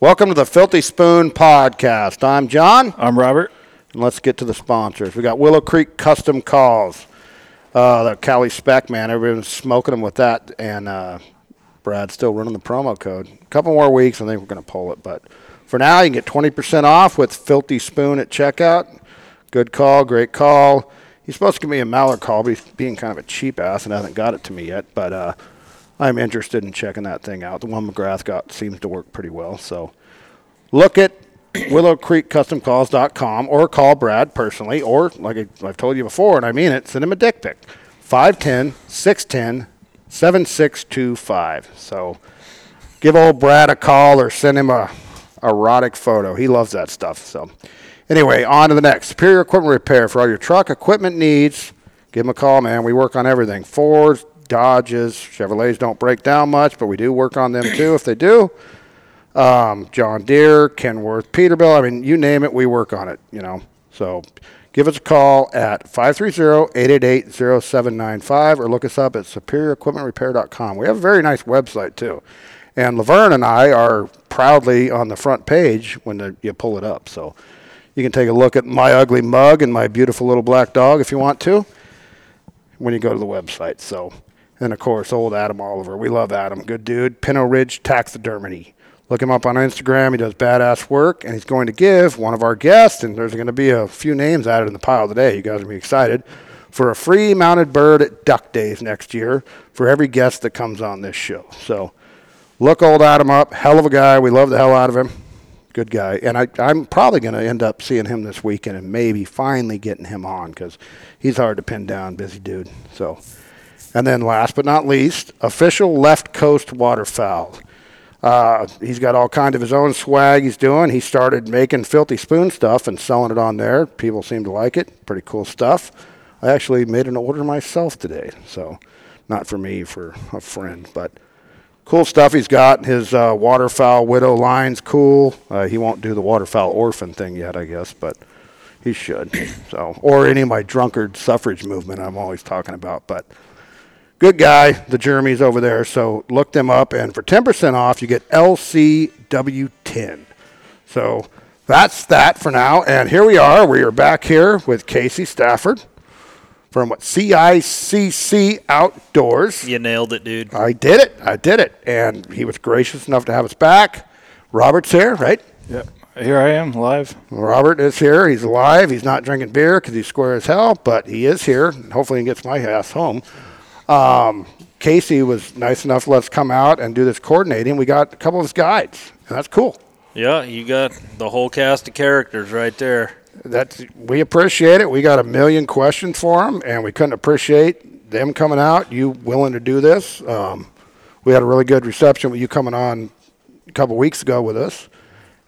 Welcome to the Filthy Spoon Podcast. I'm John, I'm Robert. and let's get to the sponsors. We got Willow Creek Custom Calls, uh, the Cali Spec Man. Everyone's smoking them with that, and uh, Brad's still running the promo code. A couple more weeks, I think we're going to pull it. But for now, you can get 20% off with Filthy Spoon at checkout. Good call, great call. He's supposed to give me a Mallard call, but he's being kind of a cheap ass and hasn't got it to me yet. But uh, I'm interested in checking that thing out. The one McGrath got seems to work pretty well. So look at willowcreekcustomcalls.com or call Brad personally, or like I, I've told you before, and I mean it, send him a dick pic. 510 610 7625. So give old Brad a call or send him a erotic photo. He loves that stuff. So anyway, on to the next. Superior Equipment Repair for all your truck equipment needs. Give him a call, man. We work on everything. Fords, Dodges, Chevrolets don't break down much, but we do work on them too if they do. John Deere, Kenworth, Peterbilt. I mean, you name it, we work on it, you know. So give us a call at 530-888-0795 or look us up at superiorequipmentrepair.com. We have a very nice website too. And Laverne and I are proudly on the front page when the, you pull it up. So you can take a look at my ugly mug and my beautiful little black dog if you want to when you go to the website. So, and of course, old Adam Oliver. We love Adam. Good dude. Pinot Ridge Taxidermy. Look him up on Instagram. He does badass work, and he's going to give one of our guests, and there's going to be a few names added in the pile today. You guys are going to be excited for a free mounted bird at Duck Days next year for every guest that comes on this show. So, look old Adam up. Hell of a guy. We love the hell out of him. Good guy. And I, I'm probably going to end up seeing him this weekend and maybe finally getting him on because he's hard to pin down. Busy dude. So, and then last but not least, official left coast waterfowl. Uh, he's got all kind of his own swag he's doing. He started making filthy spoon stuff and selling it on there. People seem to like it. Pretty cool stuff. I actually made an order myself today, so not for me, for a friend, but cool stuff he's got. His uh, waterfowl widow line's cool. Uh, he won't do the waterfowl orphan thing yet, I guess, but he should. So, or any of my drunkard suffrage movement I'm always talking about, but good guy. The Jeremy's over there, so look them up. And for ten percent off, you get LCW10. So that's that for now. And here we are. We are back here with Casey Stafford from what CICC Outdoors. You nailed it, dude. I did it. I did it. And he was gracious enough to have us back. Robert's here, right? Yep. Here I am, live. Robert is here. He's alive. He's not drinking beer because he's square as hell, but he is here. And hopefully, he gets my ass home. Um, Casey was nice enough to let us come out and do this coordinating. We got a couple of his guides, and that's cool. Yeah, you got the whole cast of characters right there. That's we appreciate it. We got a million questions for him, and we couldn't appreciate them coming out. You willing to do this? Um, we had a really good reception with you coming on a couple weeks ago with us,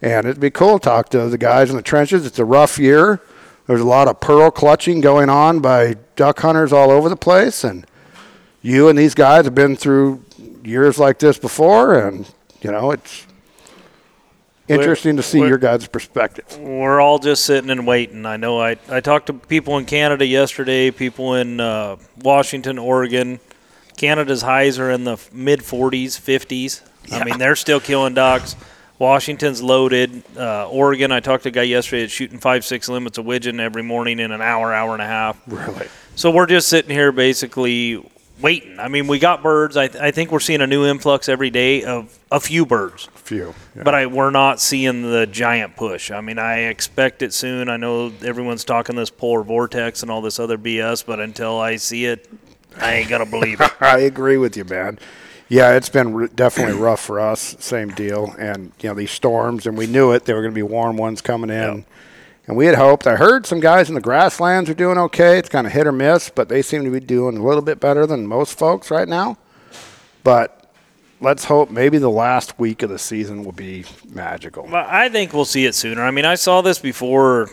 and it'd be cool to talk to the guys in the trenches. It's a rough year. There's a lot of pearl clutching going on by duck hunters all over the place, and you and these guys have been through years like this before, and you know it's interesting to see we're- your guys' perspective. We're all just sitting and waiting. I know I, I talked to people in Canada yesterday, people in uh, Washington, Oregon. Canada's highs are in the mid 40s, 50s. I mean, they're still killing dogs. Washington's loaded. Uh, Oregon, I talked to a guy yesterday that's shooting five, six limits of widgeon every morning in an hour, hour and a half. Really. So we're just sitting here basically waiting. I mean, we got birds. I, I think we're seeing a new influx every day of a few birds. Few. Yeah. But I we're not seeing the giant push. I mean, I expect it soon. I know everyone's talking this polar vortex and all this other BS, but until I see it, I ain't gonna believe it. I agree with you, man. Yeah, it's been r definitely rough for us. Same deal, and you know these storms, and we knew it. There were going to be warm ones coming in, and we had hoped. I heard some guys in the grasslands are doing okay. It's kind of hit or miss, but they seem to be doing a little bit better than most folks right now. But let's hope maybe the last week of the season will be magical. But I think we'll see it sooner. I mean, I saw this before.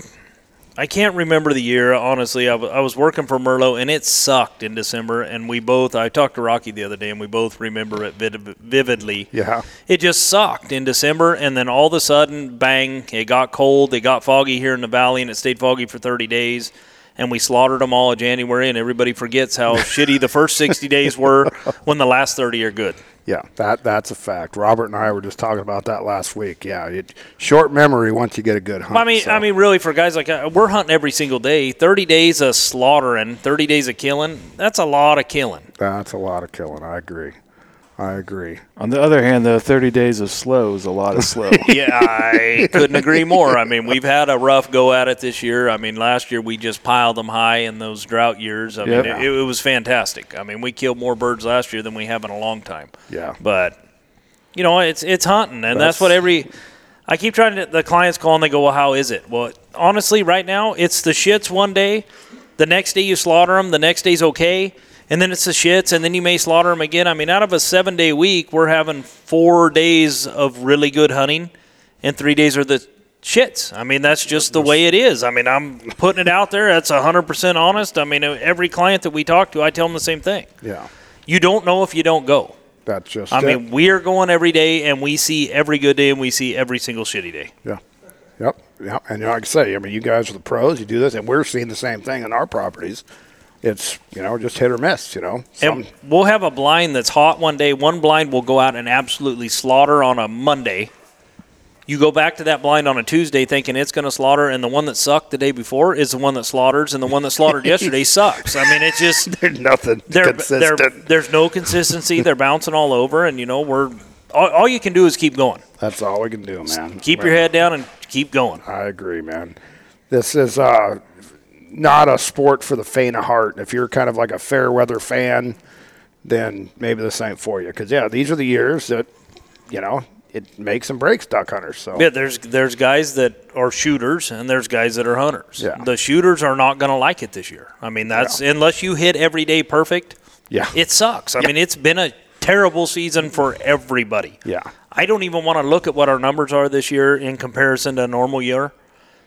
I can't remember the year, honestly. I wa- I was working for Merlot, and it sucked in December. And we both, I talked to Rocky the other day, and we both remember it vid- vividly. Yeah, It just sucked in December, and then all of a sudden, bang, it got cold, it got foggy here in the valley, and it stayed foggy for 30 days. and we slaughtered them all in January, and everybody forgets how shitty the first 60 days were when the last 30 are good. Yeah, that that's a fact. Robert and I were just talking about that last week. Yeah, it, short memory once you get a good hunt. I mean, so. I mean, really, for guys like uh, we're hunting every single day. Thirty days of slaughtering, thirty days of killing. That's a lot of killing. that's a lot of killing. I agree. I agree. On the other hand, though, 30 days of slow is a lot of slow. Yeah, I couldn't agree more. I mean, we've had a rough go at it this year. I mean, last year we just piled them high in those drought years. I Yep. mean, it, it was fantastic. I mean, we killed more birds last year than we have in a long time. Yeah. But you know, it's it's hunting, and that's, That's- what every. I keep trying to. The clients call and they go, "Well, how is it?" Well, honestly, right now it's the shits one day, the next day you slaughter them, the next day's okay, and then it's the shits, and then you may slaughter them again. I mean, out of a seven day week, we're having four days of really good hunting, and three days are the shits. I mean, that's just the way it is. I mean, I'm putting it out there. That's 100% honest. I mean, every client that we talk to, I tell them the same thing. Yeah, You don't know if you don't go. that's just. I it. mean, we are going every day, and we see every good day, and we see every single shitty day. Yeah. Yep. Yep. And like I say, I mean, you guys are the pros. You do this, and we're seeing the same thing in our properties. It's you know just hit or miss. You know. Some- And we'll have a blind that's hot one day. One blind will go out and absolutely slaughter on a Monday. You go back to that blind on a Tuesday thinking it's going to slaughter, and the one that sucked the day before is the one that slaughters, and the one that slaughtered yesterday sucks. I mean, it's just there's nothing they're, they're, consistent. there's no consistency. They're bouncing all over, and you know we're all, all you can do is keep going, That's all we can do, man. keep Well, your head down, and keep going. I agree, man. This is uh, not a sport for the faint of heart. If you're kind of like a fair weather fan, then maybe this ain't for you. Because yeah, these are the years that you know it makes and breaks duck hunters. So Yeah, there's there's guys that are shooters and there's guys that are hunters. Yeah. The shooters are not going to like it this year. I mean, that's unless you hit every day perfect. Yeah. It sucks. I mean, it's been a terrible season for everybody. Yeah. I don't even want to look at what our numbers are this year in comparison to a normal year.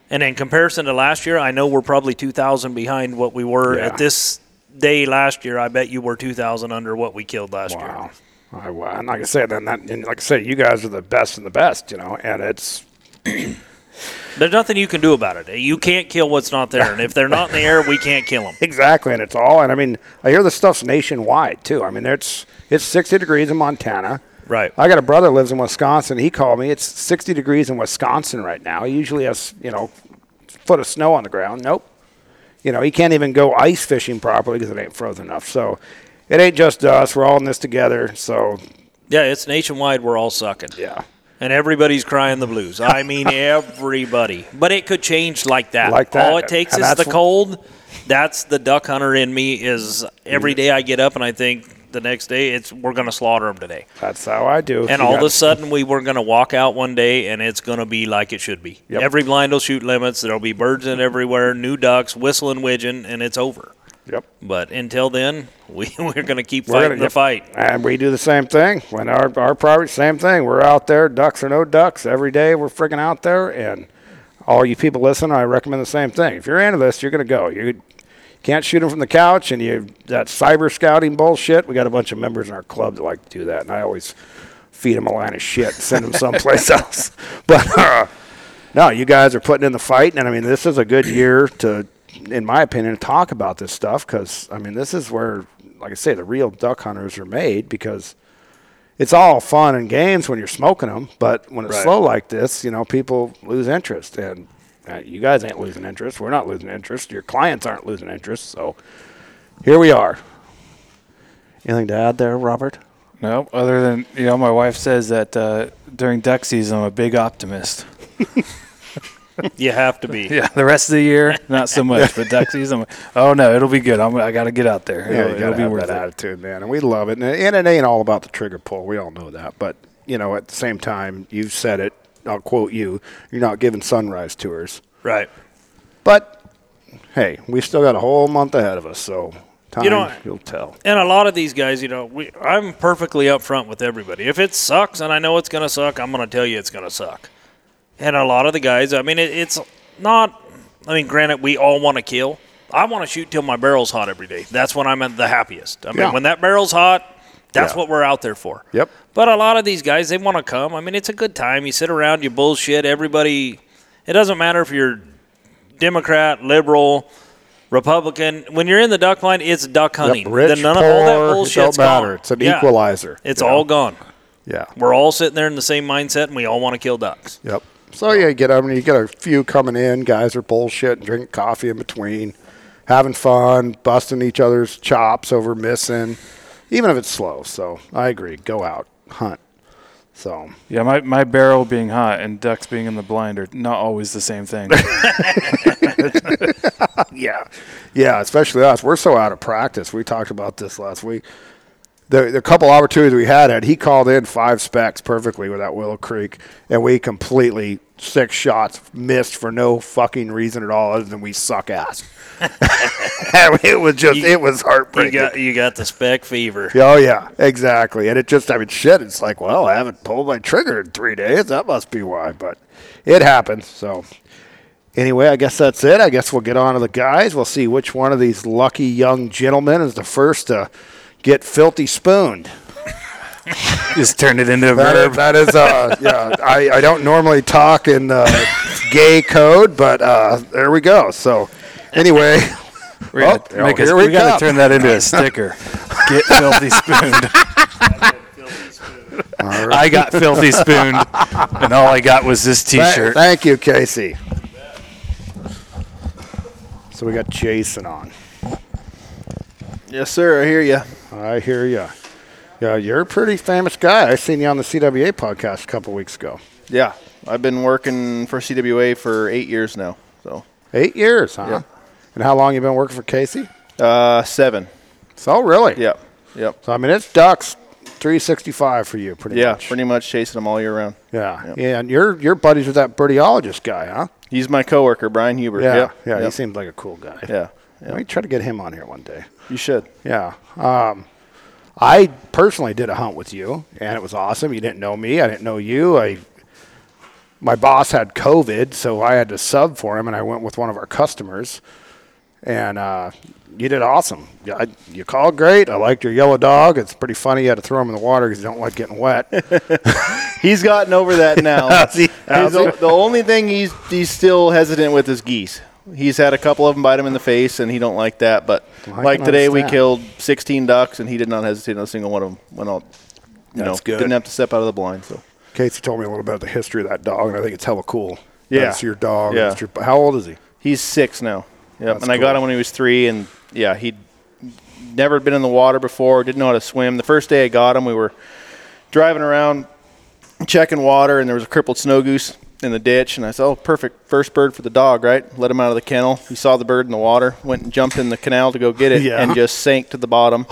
And in comparison to last year, I know we're probably 2,000 behind what we were Yeah. at this day last year. I bet you were 2,000 under what we killed last year. Wow. I, well, and like I said, and, that, and like I said, you guys are the best and the best, you know, and it's There's nothing you can do about it. You can't kill what's not there. And if they're not in the air, we can't kill them. exactly, and it's all, and I mean, I hear the stuff's nationwide too. I mean, it's it's 60 degrees in Montana. Right. I got a brother lives in Wisconsin. He called me. It's 60 degrees in Wisconsin right now. He usually has, you know, foot of snow on the ground. Nope. You know, he can't even go ice fishing properly because it ain't frozen enough. So it ain't just us. We're all in this together. So, Yeah, it's nationwide. We're all sucking. yeah. And everybody's crying the blues. I mean, everybody. But it could change like that. Like that. All it takes And is that's the wh- cold. That's the duck hunter in me. Is every day I get up and I think the next day it's we're gonna slaughter them today. That's how I do. And You all got- of a sudden we were gonna walk out one day and it's gonna be like it should be. Yep. Every blind will shoot limits. There'll be birds in everywhere, new ducks, whistling widgeon, and it's over. Yep. But until then, we we're gonna keep We're fighting gonna- the fight. And we do the same thing. When our our private same thing. We're out there, ducks or no ducks, every day we're freaking out there and all you people listen, I recommend the same thing. If you're into this, you're gonna go. You can't shoot them from the couch and you that cyber scouting bullshit. We got a bunch of members in our club that like to do that and I always feed them a line of shit and send them someplace else. But uh, no, you guys are putting in the fight, and I mean, this is a good year to, in my opinion, talk about this stuff because I mean, this is where, like I say, the real duck hunters are made because it's all fun and games when you're smoking them, but when it's Right. slow like this, you know, people lose interest, and uh, you guys ain't losing interest. We're not losing interest. Your clients aren't losing interest. So here we are. Anything to add there, Robert? no, other than, you know, my wife says that uh, during duck season, I'm a big optimist. You have to be. Yeah, the rest of the year, not so much, but duck season, I'm, oh no, it'll be good. I'm, I got to get out there. Yeah, it'll, you it'll gotta be have worth that it. attitude, man. And we love it. And, and it ain't all about the trigger pull. We all know that. But you know, at the same time, you've said it. I'll quote you. You're not giving sunrise tours. Right. But hey, we still got a whole month ahead of us. So time You know- will tell. and a lot of these guys, you know, we, I'm perfectly upfront with everybody. If it sucks and I know it's going to suck, I'm going to tell you it's going to suck. And a lot of the guys, I mean, it, it's not, I mean, granted, we all want to kill. I want to shoot till my barrel's hot every day. That's when I'm at the happiest. I mean, Yeah. when that barrel's hot, that's Yeah. what we're out there for. Yep. But a lot of these guys, they want to come. I mean, it's a good time. You sit around, you bullshit. Everybody, it doesn't matter if you're Democrat, liberal, Republican. When you're in the duck blind, it's duck hunting. Yep, rich, then none poor, of all it that don't bullshit's matter. gone. It's an Yeah. equalizer. It's you know? all gone. Yeah. We're all sitting there in the same mindset, and we all want to kill ducks. Yep. So yeah, you get I mean, you get a few coming in, guys are bullshit, and drink coffee in between, having fun, busting each other's chops over missing, even if it's slow. So I agree. Go out, hunt. So Yeah, my, my barrel being hot and ducks being in the blind are not always the same thing. yeah, yeah, especially us. We're so out of practice. We talked about this last week. The, the couple opportunities we had, had he called in five specs perfectly with that Willow Creek, and we completely six shots missed for no fucking reason at all, other than we suck ass. it was just, You- it was You heartbreaking. got you got the spec fever. Yeah, Oh yeah, exactly. And it just I mean shit, it's like, well, I haven't pulled my trigger in three days. That must be why. But it happens. So anyway, I guess that's it. I guess we'll get on to the guys. We'll see which one of these lucky young gentlemen is the first to get filthy spooned. Just turned it into a That is, verb. that is uh yeah, I, I don't normally talk in uh, gay code, but uh there we go. So anyway, We're gonna Oh, make here a, we we gotta come. turn that into a sticker. Get filthy spooned. I got filthy spooned, and all I got was this Tha- T-shirt. thank you, Casey. So we got Jason on. Yes, sir. I hear you. I hear ya. Yeah, you're a pretty famous guy. I seen you on the CWA podcast a couple weeks ago. Yeah, I've been working for CWA for eight years now. So Eight years, huh? Yeah. And how long you been working for Casey? uh, seven. So really? Yep. Yep. So I mean, it's ducks, three sixty five for you, pretty Yeah, much. pretty much chasing them all year round. yeah. Yep. Yeah. And you're you're buddies with that birdiologist guy, huh? He's my coworker, Brian Huber. Yeah. Yep. Yeah. He Yep. seems like a cool guy. yeah. Let me try to get him on here one day. You should. Yeah. Um, I personally did a hunt with you, and it was awesome. You didn't know me. I didn't know you. I my boss had COVID, so I had to sub for him, and I went with one of our customers. And uh, you did awesome. Yeah, I, you called great. I liked your yellow dog. It's pretty funny. You had to throw him in the water because you don't like getting wet. He's gotten over that now. How's he- He's how's he- the, the only thing he's he's still hesitant with is geese. He's had a couple of them bite him in the face, and he don't like that. But Well, I like can today, we understand. killed 16 ducks, and he did not hesitate on a single one of them. Went all, you know, That's good. didn't have to step out of the blind. So Casey told me a little bit of the history of that dog, and I think it's hella cool. Yeah. That's your dog. Yeah. That's your, how old is he? He's six now. Yep. That's and I got cool. him when he was three, and yeah, he'd never been in the water before, didn't know how to swim. The first day I got him, we were driving around checking water, and there was a crippled snow goose in the ditch, and I said, "Oh, perfect first bird for the dog, right?" Let him out of the kennel. He saw the bird in the water, went and jumped in the canal to go get it, Yeah. and just sank to the bottom.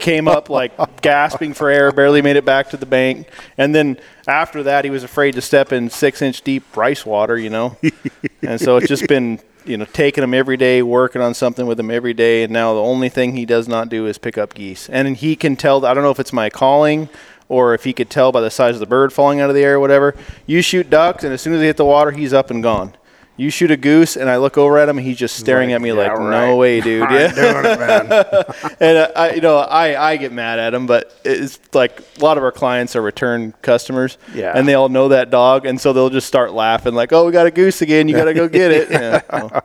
Came up like gasping for air, barely made it back to the bank, and then after that, he was afraid to step in six-inch deep rice water, you know. and so it's just been. You know, taking him every day, working on something with him every day, and now the only thing he does not do is pick up geese. And he can tell. I don't know if it's my calling or if he could tell by the size of the bird falling out of the air or whatever. You shoot ducks, and as soon as they hit the water, he's up and gone. You shoot a goose, and I look over at him, and he's just staring at me Yeah, like, right. "No way, dude!" I'm Yeah, doing it, man. and uh, I, you know, I, I get mad at him, but it's like a lot of our clients are return customers, Yeah. and they all know that dog, and so they'll just start laughing like, "Oh, we got a goose again! You got to go get it." yeah. well,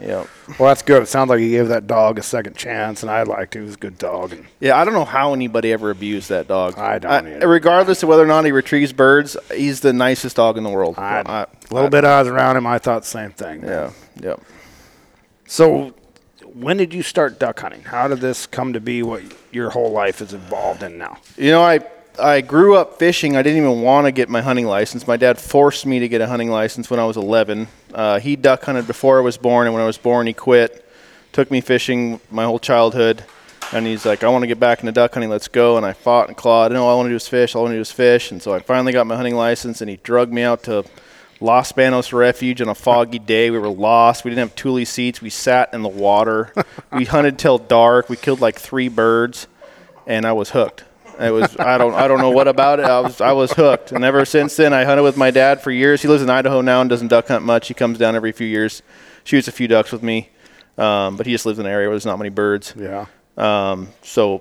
yeah. Well, that's good. It sounds like he gave that dog a second chance, and I liked it. He was a good dog. And Yeah, I don't know how anybody ever abused that dog. I don't either. regardless of whether or not he retrieves birds, he's the nicest dog in the world. I, I- a little bit I was around him, I thought the same thing. Yeah, yeah. So, when did you start duck hunting? How did this come to be what your whole life is involved in now? You know, I I grew up fishing. I didn't even want to get my hunting license. My dad forced me to get a hunting license when I was 11. Uh, he duck hunted before I was born, and when I was born, he quit. Took me fishing my whole childhood, and he's like, "I want to get back into duck hunting. Let's go." And I fought and clawed. No, all I want to do is fish. All I want to do is fish. And so I finally got my hunting license, and he drugged me out to Los Banos Refuge on a foggy day. We were lost. We didn't have tule seats. We sat in the water. we hunted till dark. We killed like three birds and I was hooked. It was I don't I don't know what about it. I was I was hooked, and ever since then I hunted with my dad for years. He lives in Idaho now and doesn't duck hunt much. He comes down every few years, shoots a few ducks with me, um, but he just lives in an area where there's not many birds. Yeah. Um, so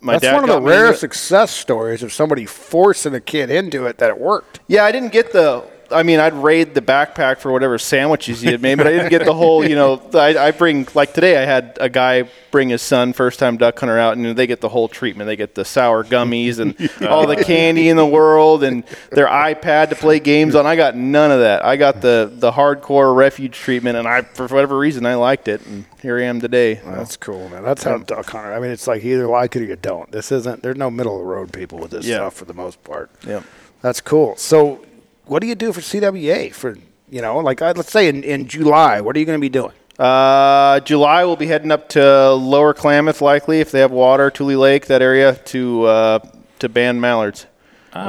my That's dad one of the got me into rare it. success stories of somebody forcing a kid into it that it worked. Yeah, I didn't get the I mean, I'd raid the backpack for whatever sandwiches he had made, but I didn't get the whole, you know, I, I bring, like today, I had a guy bring his son, first time duck hunter out, and they get the whole treatment. They get the sour gummies and all the candy in the world and their iPad to play games on. I got none of that. I got the, the hardcore refuge treatment, and I, for whatever reason, I liked it, and here I am today. That's cool, man. That's how duck hunter. I mean, it's like you either like it or you don't. This isn't. There's no middle of the road people with this Yeah. stuff for the most part. Yeah. That's cool. So, what do you do for CWA for you know like I, let's say in, in July? What are you going to be doing? Uh, July, we'll be heading up to Lower Klamath, likely if they have water, Tule Lake, that area, to uh, to ban mallards.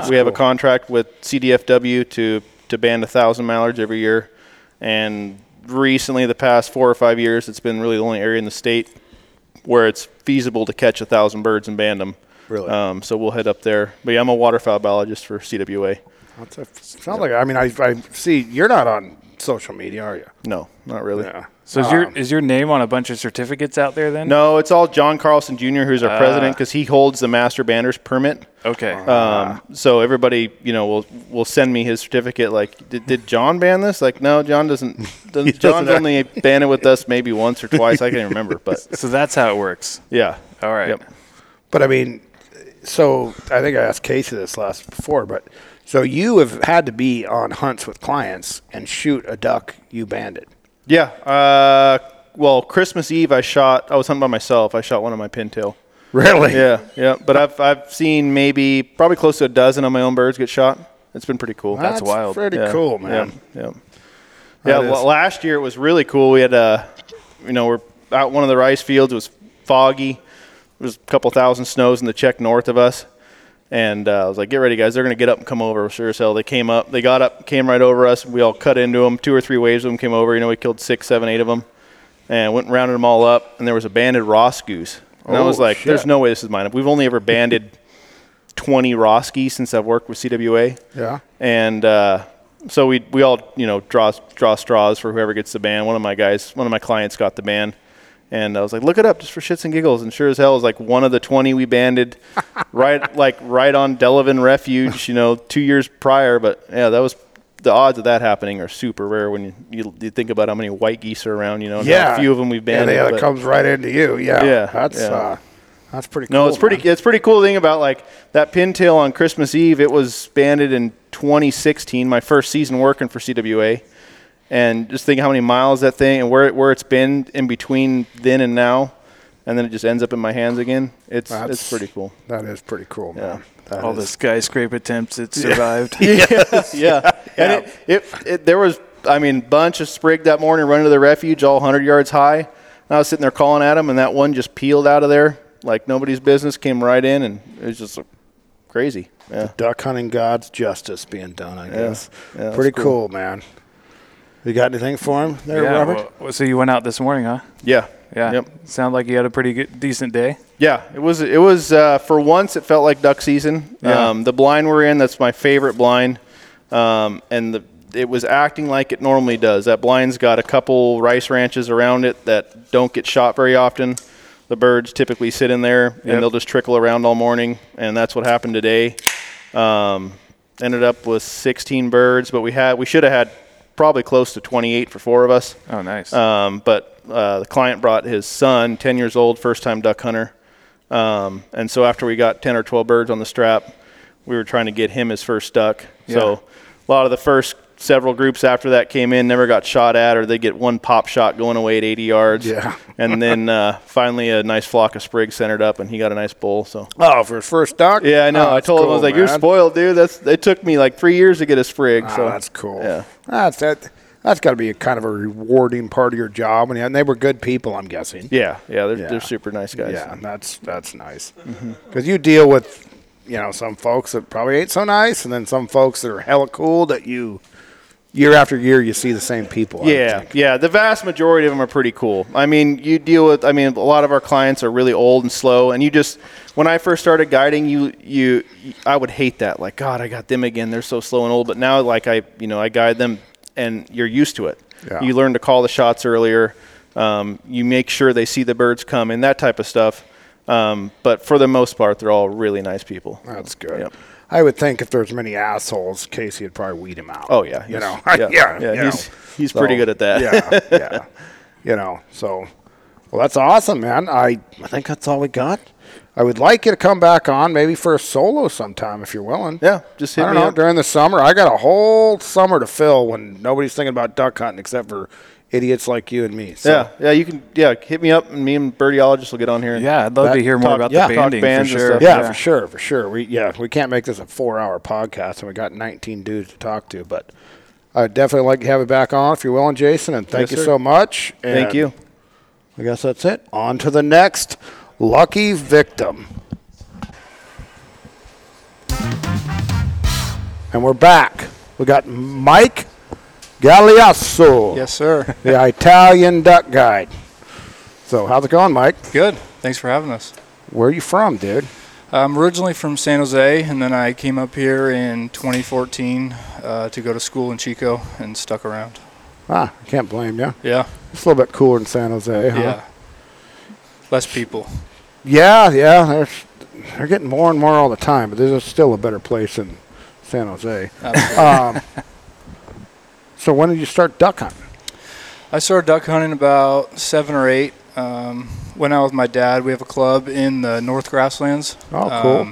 we have a contract with CDFW to to ban a thousand mallards every year, and recently, the past four or five years, it's been really the only area in the state where it's feasible to catch a thousand birds and ban them. Really? Um, so we'll head up there. But yeah, I'm a waterfowl biologist for CWA. That's a, sounds like I mean I, I see you're not on social media, are you? No, not really. So is Um, your is your name on a bunch of certificates out there then? No, it's all John Carlson Jr., who's our president, because he holds the master banner's permit. Ah. Okay. Um, so everybody, you know, will will send me his certificate. Like, did, did John ban this? Like, no, John doesn't. doesn't John's doesn't- only banned it with us maybe once or twice. I can't remember, but so that's how it works. yeah. All right. Yep. But I mean, so I think I asked Casey this last before, but so you have had to be on hunts with clients and shoot a duck you banded. Yeah. Uh, well, Christmas Eve, I shot. I was hunting by myself. I shot one of my pintail. Really? Yeah, yeah. But I've I've seen maybe probably close to a dozen of my own birds get shot. It's been pretty cool. That's wild. pretty cool, man. Yeah. yeah. Yeah, That is- well, last year it was really cool. We had uh, you know, we're out in one of the rice fields. It was foggy. There was a couple thousand snows in the check north of us, and uh, I was like, "Get ready, guys! They're gonna get up and come over." Sure as hell, they came up. They got up, came right over us. We all cut into them. Two or three waves of them came over. You know, we killed six, seven, eight of them, and went and rounded them all up. And there was a banded Ross goose, and I Oh, was like, shit. "There's no way this is mine." We've only ever banded 20 Roski since I've worked with CWA Yeah. and uh, so we we all you know draw draw straws for whoever gets the ban. One of my guys, one of my clients got the ban, and I was like, look it up just for shits and giggles. And sure as hell, it was like one of the twenty we banded, right like right on Delavan Refuge, you know, two years prior. But yeah, that was. The odds of that happening are super rare when you, you, you think about how many white geese are around, you know, and how Yeah. few of them we've banded. Yeah, but- that comes right into you. Yeah. Yeah, That's yeah. uh that's pretty cool. no, it's pretty. man. It's pretty cool thing about like that pintail on Christmas Eve. It was banded in 2016, my first season working for CWA, and just think how many miles that thing and where it- where it's been in between then and now, and then it just ends up in my hands again. It's That's- it's pretty cool. That is pretty cool, man. That All is- the skyscrape attempts it survived. yeah. And it, it, it, there was, I mean, bunch of sprig that morning running to the refuge, all 100 yards high. And I was sitting there calling at him, and that one just peeled out of there like nobody's business, came right in, and it was just crazy. Yeah. duck hunting god's justice being done, I guess. Yeah, that's pretty cool. cool. man. man. You got anything for him there, Yeah, Robert? well, so you went out this morning, huh? Yeah. Yeah. Yep. Sound like you had a pretty good, decent day. Yeah, it was. It was uh, for once. It felt like duck season. Yeah. Um, the blind we're in, that's my favorite blind, um, and the, it was acting like it normally does. That blind's got a couple rice ranches around it that don't get shot very often. The birds typically sit in there Yep. and they'll just trickle around all morning, and that's what happened today. Um, ended up with 16 birds, but we had we should have had probably close to 28 for four of us. Oh, nice. Um, but uh, the client brought his son, 10 years old, first time duck hunter. Um, and so after we got 10 or 12 birds on the strap, we were trying to get him his first duck. Yeah. So a lot of the first several groups after that came in never got shot at, or they get one pop shot going away at 80 yards. Yeah. and then uh, finally a nice flock of sprigs centered up, and he got a nice bull. So. Oh, for his first duck? Yeah, I know. Oh, I that's told him I cool, was like, "You're man. spoiled, dude. That's it took me like three years to get a sprig." Ah, so that's cool. Yeah, That's that. That's got to be a kind of a rewarding part of your job, and, and they were good people, I'm guessing. yeah, yeah. They're, Yeah. they're super nice guys. Mm-hmm. yeah. and That's that's nice because you deal with, you know, some folks that probably ain't so nice, and then some folks that are hella cool that you, year after year, you see the same people. I would Yeah, think. yeah. The vast majority of them are pretty cool. I mean, you deal with. I mean, a lot of our clients are really old and slow, and you just. When I first started guiding, you you, I would hate that. Like, God, I got them again. They're so slow and old. But now, like, I you know, I guide them, and you're used to it. Yeah. You learn to call the shots earlier. Um, you make sure they see the birds come and that type of stuff. Um, but for the most part, they're all really nice people. that's good. Yep. I would think if there's many assholes, Casey would probably weed him out. Oh yeah, you he's- know, yeah, yeah, you he's know. he's pretty So, good at that. yeah, yeah, you know. So, well, that's awesome, man. I I think that's all we got. I would like you to come back on maybe for a solo sometime if you're willing. Yeah, just hit I don't me know up. during the summer. I got a whole summer to fill when nobody's thinking about duck hunting except for idiots like you and me. So, yeah, yeah. You can yeah hit me up, and me and Birdiologist will get on here. and Yeah, I'd love That- to hear more talk- about yeah, the talk banding for bands and sure. stuff. Yeah, for sure, for sure. We yeah, we can't make this a four-hour podcast, and we got 19 dudes to talk to. But I'd definitely like to have it back on if you're willing, Jason. And thank Yes, you sir. so much. Thank and you. I guess that's it. On to the next lucky victim. And we're back. We got Mike Galeazzo, Yes, sir. the Italian duck guide. So, how's it going, Mike? Good. Thanks for having us. Where are you from, dude? I'm originally from San Jose, and then I came up here in 2014 uh, to go to school in Chico and stuck around. Ah, I can't blame you. Yeah, It's a little bit cooler in San Jose, huh? yeah. Less people. Yeah, yeah. They're, they're getting more and more all the time, but there's still a better place in San Jose. Absolutely. Um, so when did you start duck hunting? I started duck hunting about seven or eight. Um, went out with my dad. We have a club in the North Grasslands. Um, Oh, cool.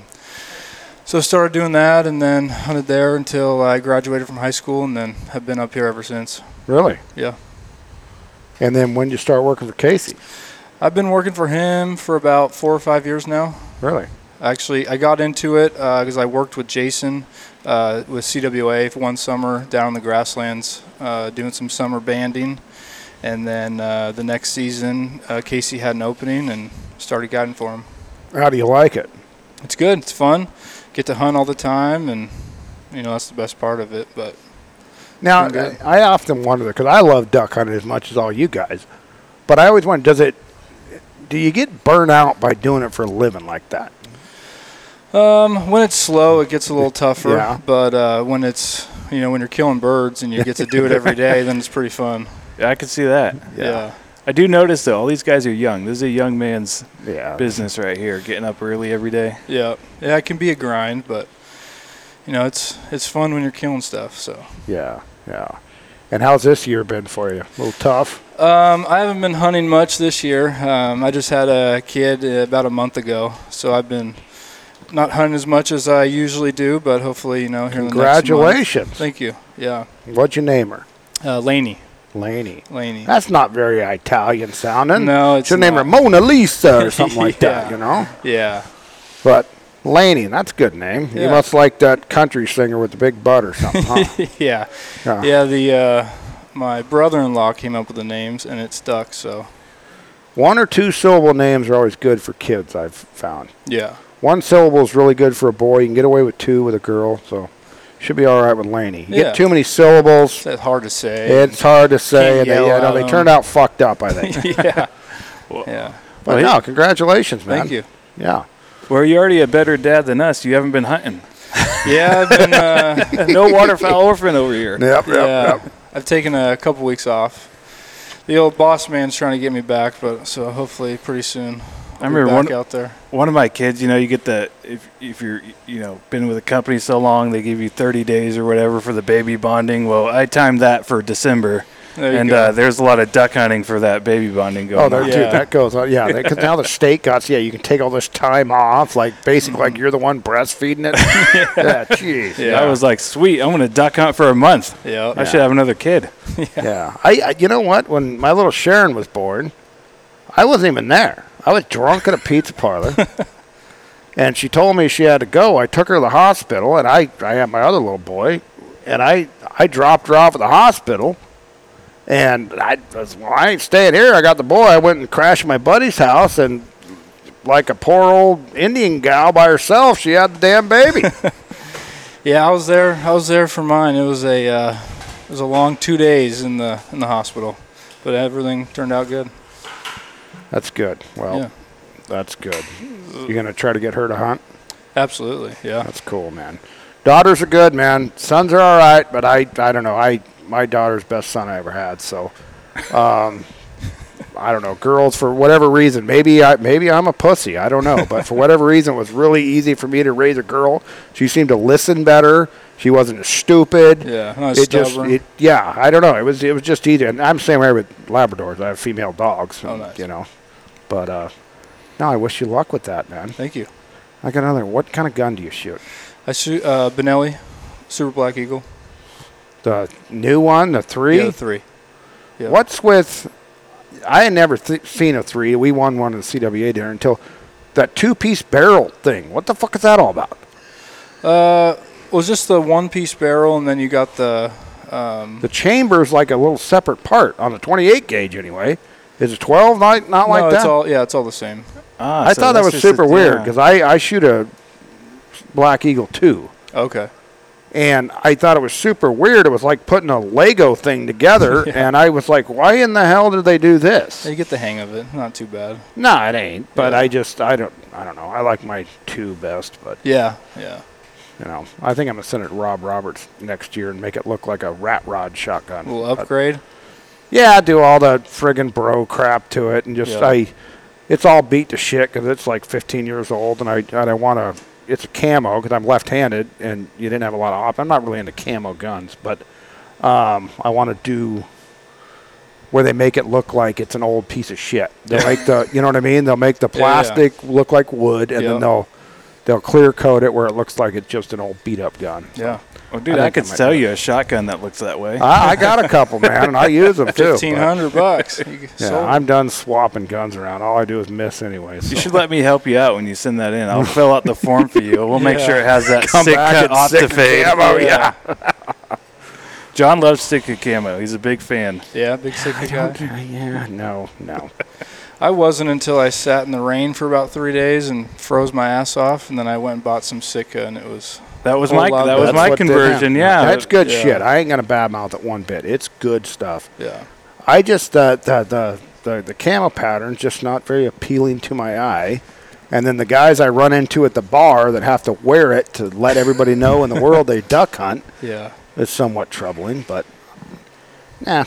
so started doing that, and then hunted there until I graduated from high school, and then have been up here ever since. Really? Yeah. And then when did you start working for Casey? I've been working for him for about four or five years now. Really? Actually, I got into it because I worked with Jason uh, with CWA for one summer down in the grasslands, uh, doing some summer banding, and then uh, the next season uh, Casey had an opening and started guiding for him. How do you like it? It's good. It's fun. Get to hunt all the time, and you know that's the best part of it. But Now, Been good. I I often wonder because I love duck hunting as much as all you guys, but I always wonder: does it? Do you get burnt out by doing it for a living like that? Um, when it's slow, it gets a little tougher. Yeah. But uh, when it's you know when you're killing birds and you get to do it every day, then it's pretty fun. Yeah, I could see that. Yeah. I do notice though, all these guys are young. This is a young man's Yeah. business right here, getting up early every day. yeah, yeah, It can be a grind, but you know it's it's fun when you're killing stuff. So Yeah. Yeah. And how's this year been for you? A little tough. um, I haven't been hunting much this year. Um, I just had a kid uh, about a month ago, so I've been not hunting as much as I usually do. But hopefully, you know, here in the next month- Congratulations. Thank you. Yeah, What'd you name her? uh, Laney. Laney. Laney. That's not very Italian sounding. No, it's should name her not. Mona Lisa or something like that. Yeah. You know. Yeah. But Laney, that's a good name. You Yeah. must like that country singer with the big butt or something, huh? yeah. Yeah. Yeah. the uh, my brother-in-law came up with the names and it stuck. So One or two syllable names are always good for kids, I've found. yeah, One syllable is really good for a boy. You can get away with two with a girl, so should be all right with Laney. You Yeah. get too many syllables, that's hard to say. it's hard to say. Can't And they, yell you know, at they 'em. turned out fucked up, I think. yeah. yeah. but no, congratulations, man. Thank you. Yeah. Well, you're already a better dad than us. You haven't been hunting. Yeah, I've been. Uh, no waterfowl orphan over here. Yep, yep, yeah, yep. I've taken a couple weeks off. The old boss man's trying to get me back, but so hopefully pretty soon. I'll I remember be back one- out there. One of my kids, you know, you get the if if you're you know been with a company so long, they give you 30 days or whatever for the baby bonding. Well, I timed that for December, There you and go. uh, there's a lot of duck hunting for that baby bonding going. Oh, there, on. dude, Yeah. that goes on. Yeah, because now the state got yeah, you can take all this time off, like basically, Mm. like you're the one breastfeeding it. yeah, jeez. I was like, sweet, I'm gonna duck hunt for a month. Yeah. I should have another kid. Yeah. I, I you know what? When my little Sharon was born, I wasn't even there. I was drunk at a pizza parlor. and she told me she had to go. I took her to the hospital and I, I had my other little boy and I I dropped her off at the hospital and I was well, I ain't staying here. I got the boy. I went and crashed at my buddy's house and like a poor old Indian gal by herself, she had the damn baby. Yeah, I was there. I was there for mine. It was a uh, it was a long two days in the in the hospital, but everything turned out good. that's good. Well, Yeah, that's good. You're gonna try to get her to hunt? absolutely. Yeah. That's cool, man. Daughters are good, man. Sons are all right, but I, I don't know. I my daughter's best son I ever had, so um, I don't know, girls for whatever reason. Maybe I maybe I'm a pussy. I don't know, but for whatever reason, it was really easy for me to raise a girl. She seemed to listen better. She wasn't as stupid. Yeah, not it just stubborn. it, yeah. I don't know. It was it was just easy, and I'm the same way with Labradors. I have female dogs. Oh, nice. You know, but uh, no, I wish you luck with that, man. Thank you. I got another. What kind of gun do you shoot? I shoot uh, Benelli, Super Black Eagle. The new one, the three. Yeah, the three. Yeah. What's with? I had never th- seen a three. We won one in the CWA dinner until that two-piece barrel thing. What the fuck is that all about? Mm-hmm. Uh, was just the one piece barrel, and then you got the. Um, The chamber's like a little separate part on the 28 gauge, anyway. Is a 12 not not no, like it's that? all yeah, it's all the same. Ah, I so thought that was that's just a- super weird yeah. because I I shoot a Black Eagle two. Okay. and I thought it was super weird. It was like putting a Lego thing together, and I was like, "Why in the hell did they do this?" You get the hang of it. Not too bad. no, it ain't. But I just, I don't, I don't know. I like my two best, but Yeah. Yeah. you know, I think I'm gonna send it to Rob Roberts next year and make it look like a rat rod shotgun. A little But- upgrade. yeah, I do all the friggin' bro crap to it, and just Yeah. I, it's all beat to shit because it's like 15 years old, and I and I want to. It's a camo because I'm left-handed, and you didn't have a lot of op. I'm not really into camo guns, but um, I want to do where they make it look like it's an old piece of shit. They'll make the, you know what I mean? They'll make the Yeah, yeah. plastic look like wood, and Yeah. then they'll they'll clear coat it where it looks like it's just an old beat-up gun. Yeah. Oh, dude, I I, think could I might sell do you a shotgun that looks that way. I, I got a couple, man, and I use them too. Fifteen Oh, but- hundred bucks. You Yeah, sold it. I'm done swapping guns around. All I do is miss anyway. So. you should let me help you out when you send that in. I'll fill out the form for you. We'll make Yeah. sure it has that sick back cut and off sick the fade. Oh, camo, yeah. John loves stick of camo. He's a big fan. yeah, big sick guy. yeah, no, no. I wasn't until I sat in the rain for about three days and froze my ass off, and then I went and bought some Sitka, and it was That was Oh, my love that that. was That's my what did conversion. happen. Yeah, that's good yeah. shit. I ain't gonna badmouth it one bit. It's good stuff. yeah, I just uh, the the the the camo pattern's just not very appealing to my eye. And then the guys I run into at the bar that have to wear it to let everybody know in the world they duck hunt yeah. is somewhat troubling, but nah,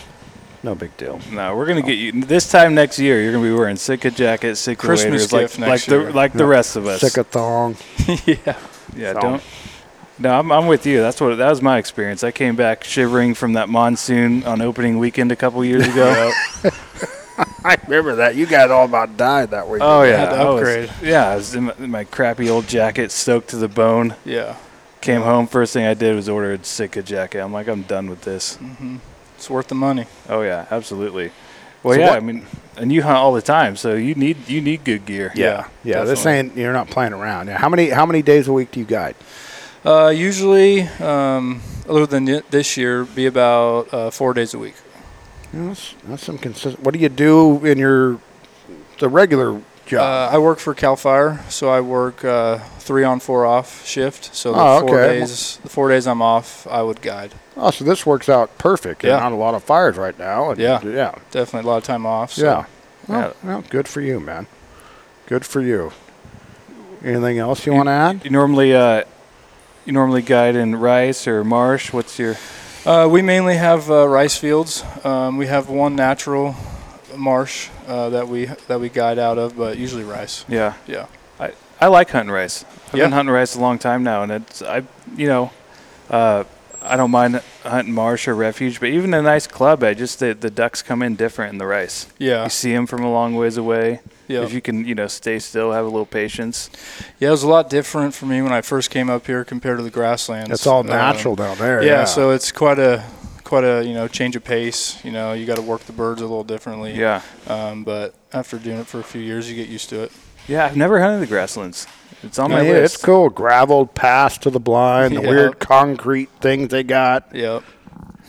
no big deal. No, we're gonna get you this time next year. You're gonna be wearing Sitka jacket, Sitka Christmas waders, gift like, next like year. the like the rest of us. Sick a thong. yeah, so. don't. No, I'm, I'm with you. That's what that was my experience. I came back shivering from that monsoon on opening weekend a couple years ago. I remember that. You guys all about died that week. oh yeah, Had to I was- upgrade. yeah, I was in my, in my crappy old jacket, soaked to the bone. Yeah, Came home. First thing I did was order a Sitka jacket. I'm like, I'm done with this. it's worth the money. Oh yeah, absolutely. Well, So yeah, what- I mean, and you hunt all the time, so you need you need good gear. Yeah, yeah. This definitely. ain't you're not playing around. Now, how many how many days a week do you guide? Uh, usually, um, other than y- this year, be about uh, four days a week. You know, that's, that's some consistent. What do you do in your the regular job? Uh, I work for Cal Fire, so I work uh, three on, four off shift. So the Oh, four okay. days, the four days I'm off, I would guide. oh, so this works out perfect. There's yeah. not a lot of fires right now. and- Yeah. yeah, Definitely a lot of time off. So. yeah. Well, Yeah. well, good for you, man. Good for you. Anything else you want to add? You normally uh, you normally guide in rice or marsh. What's your Uh, we mainly have uh, rice fields. Um, we have one natural marsh uh, that we that we guide out of, but usually rice. yeah? Yeah. I, I like hunting rice. I've Yeah. been hunting rice a long time now, and it's I you know uh, I don't mind hunting marsh or refuge, but even a nice club, I just the, the ducks come in different in the rice. Yeah. You see them from a long ways away. Yeah. If you can, you know, stay still, have a little patience. Yeah, it was a lot different for me when I first came up here compared to the grasslands. It's all Uh, natural down there. yeah, so it's quite a quite a you know change of pace. You know, you got to work the birds a little differently. Yeah. Um, but after doing it for a few years, you get used to it. Yeah, I've never hunted the grasslands. It's on Yeah, my list. it's cool. Graveled paths to the blind, the Yeah. weird concrete things they got. Yep.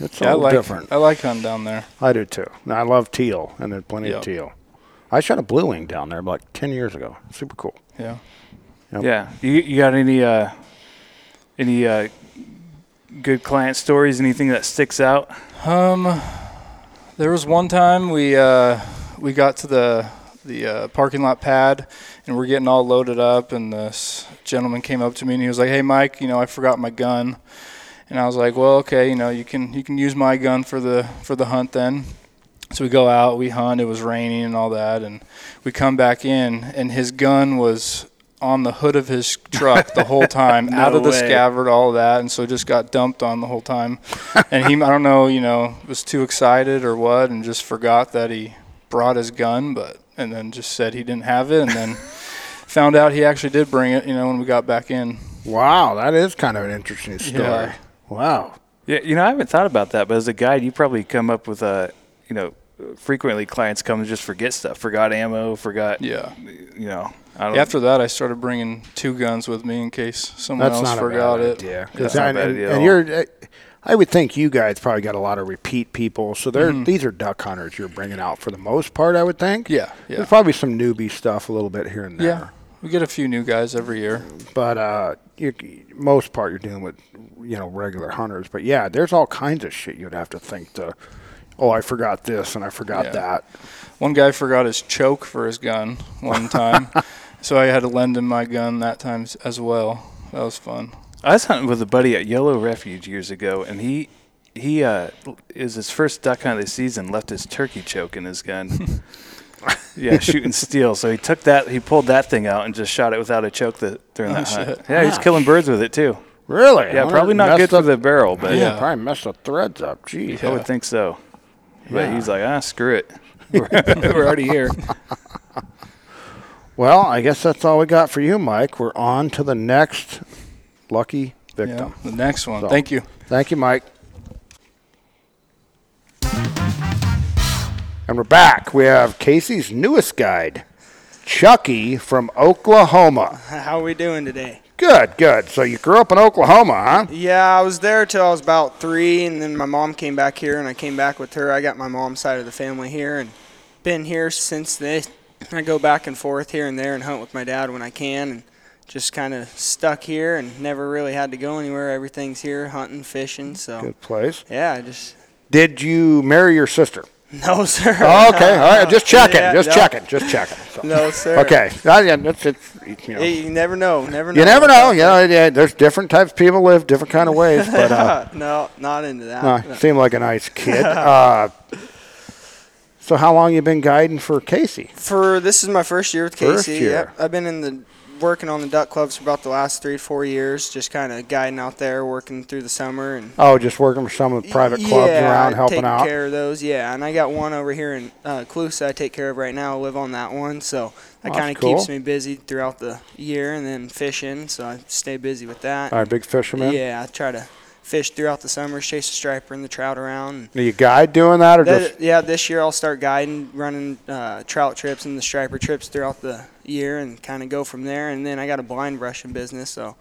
It's Yeah, I all like different. I like hunting down there. I do too. And I love teal, and there's plenty Yeah. of teal. I shot a blue wing down there like 10 years ago. Super cool. Yeah. Yeah. You you got any uh any uh good client stories, anything that sticks out? Um, there was one time we uh, we got to the the uh, parking lot pad, and we're getting all loaded up, and this gentleman came up to me and he was like, "Hey, Mike, you know I forgot my gun," and I was like, "Well, okay, you know you can you can use my gun for the for the hunt then." So we go out, we hunt. It was raining and all that, and we come back in, and his gun was on the hood of his truck the whole time, out of the way. scabbard, all that, and so it just got dumped on the whole time. and he, I don't know, you know, was too excited or what, and just forgot that he brought his gun, but and then just said he didn't have it, and then found out he actually did bring it. You know, when we got back in. Wow, that is kind of an interesting story. Yeah. Wow. Yeah, you know, I haven't thought about that, but as a guide, you probably come up with a, you know, frequently clients come and just forget stuff, forgot ammo, forgot, Yeah. you know, I don't. After that, I started bringing two guns with me in case someone That's else not forgot a bad it. idea. That's not a and, bad and- idea at and all. you're, uh, I would think you guys probably got a lot of repeat people. So they're these are duck hunters you're bringing out for the most part, I would think. Yeah, yeah. There's probably some newbie stuff a little bit here and Yeah, there. we get a few new guys every year. But uh, you, most part you're dealing with you know regular hunters. But yeah, there's all kinds of shit you'd have to think to. Oh, I forgot this and I forgot Yeah. that. One guy forgot his choke for his gun one time, so I had to lend him my gun that time s- as well. That was fun. I was hunting with a buddy at Yellow Refuge years ago, and he he uh, is his first duck hunt of the season. Left his turkey choke in his gun. yeah, shooting steel. So he took that, he pulled that thing out and just shot it without a choke the, during that hunt. Yeah, he's killing birds with it too. Really? Yeah, probably not good for the barrel, but Yeah. Probably messed the threads up. Jeez. I would think so. But Yeah. he's like, ah, screw it. We're already here. Well, I guess that's all we got for you, Mike. We're on to the next lucky Yeah, victim. the next one. So- Thank you. Thank you, Mike. And we're back. We have Casey's newest guide, Chucky from Oklahoma. How are we doing today? Good, good. So you grew up in Oklahoma, huh? Yeah, I was there till I was about three, and then my mom came back here, and I came back with her. I got my mom's side of the family here, and been here since then. I go back and forth here and there and hunt with my dad when I can, and just kind of stuck here and never really had to go anywhere. Everything's here, hunting, fishing. So Good place. yeah, I just Did you marry your sister? no sir. Oh, okay, all right. Just checking. Yeah, just no. checking. Just checking. So- No sir. Okay. I- yeah, that's- it's, you know. Yeah, you never know. Never know. You never know. You know, yeah, there's different types of people live different kind of ways, but uh, no, not into that. no, No. seemed like a nice kid. Uh, so, how long you been guiding for Casey? For this is my first year with First Casey. year. Yep. I've been in the working on the duck clubs for about the last three four years, just kind of guiding out there, working through the summer and Oh, just working for some of the private clubs yeah, around, helping taking out. care of those. Yeah, and I got one over here in uh, Clusa. I take care of right now. I live on that one, so that That's kind of cool. keeps me busy throughout the year, and then fishing, so I stay busy with that. All right, big fisherman. Yeah, I try to fish throughout the summer, chase the striper and the trout around. and Are you guide doing that or that- just? yeah, this year I'll start guiding, running uh, trout trips and the striper trips throughout the year, and kind of go from there. And then I got a blind brushing business, so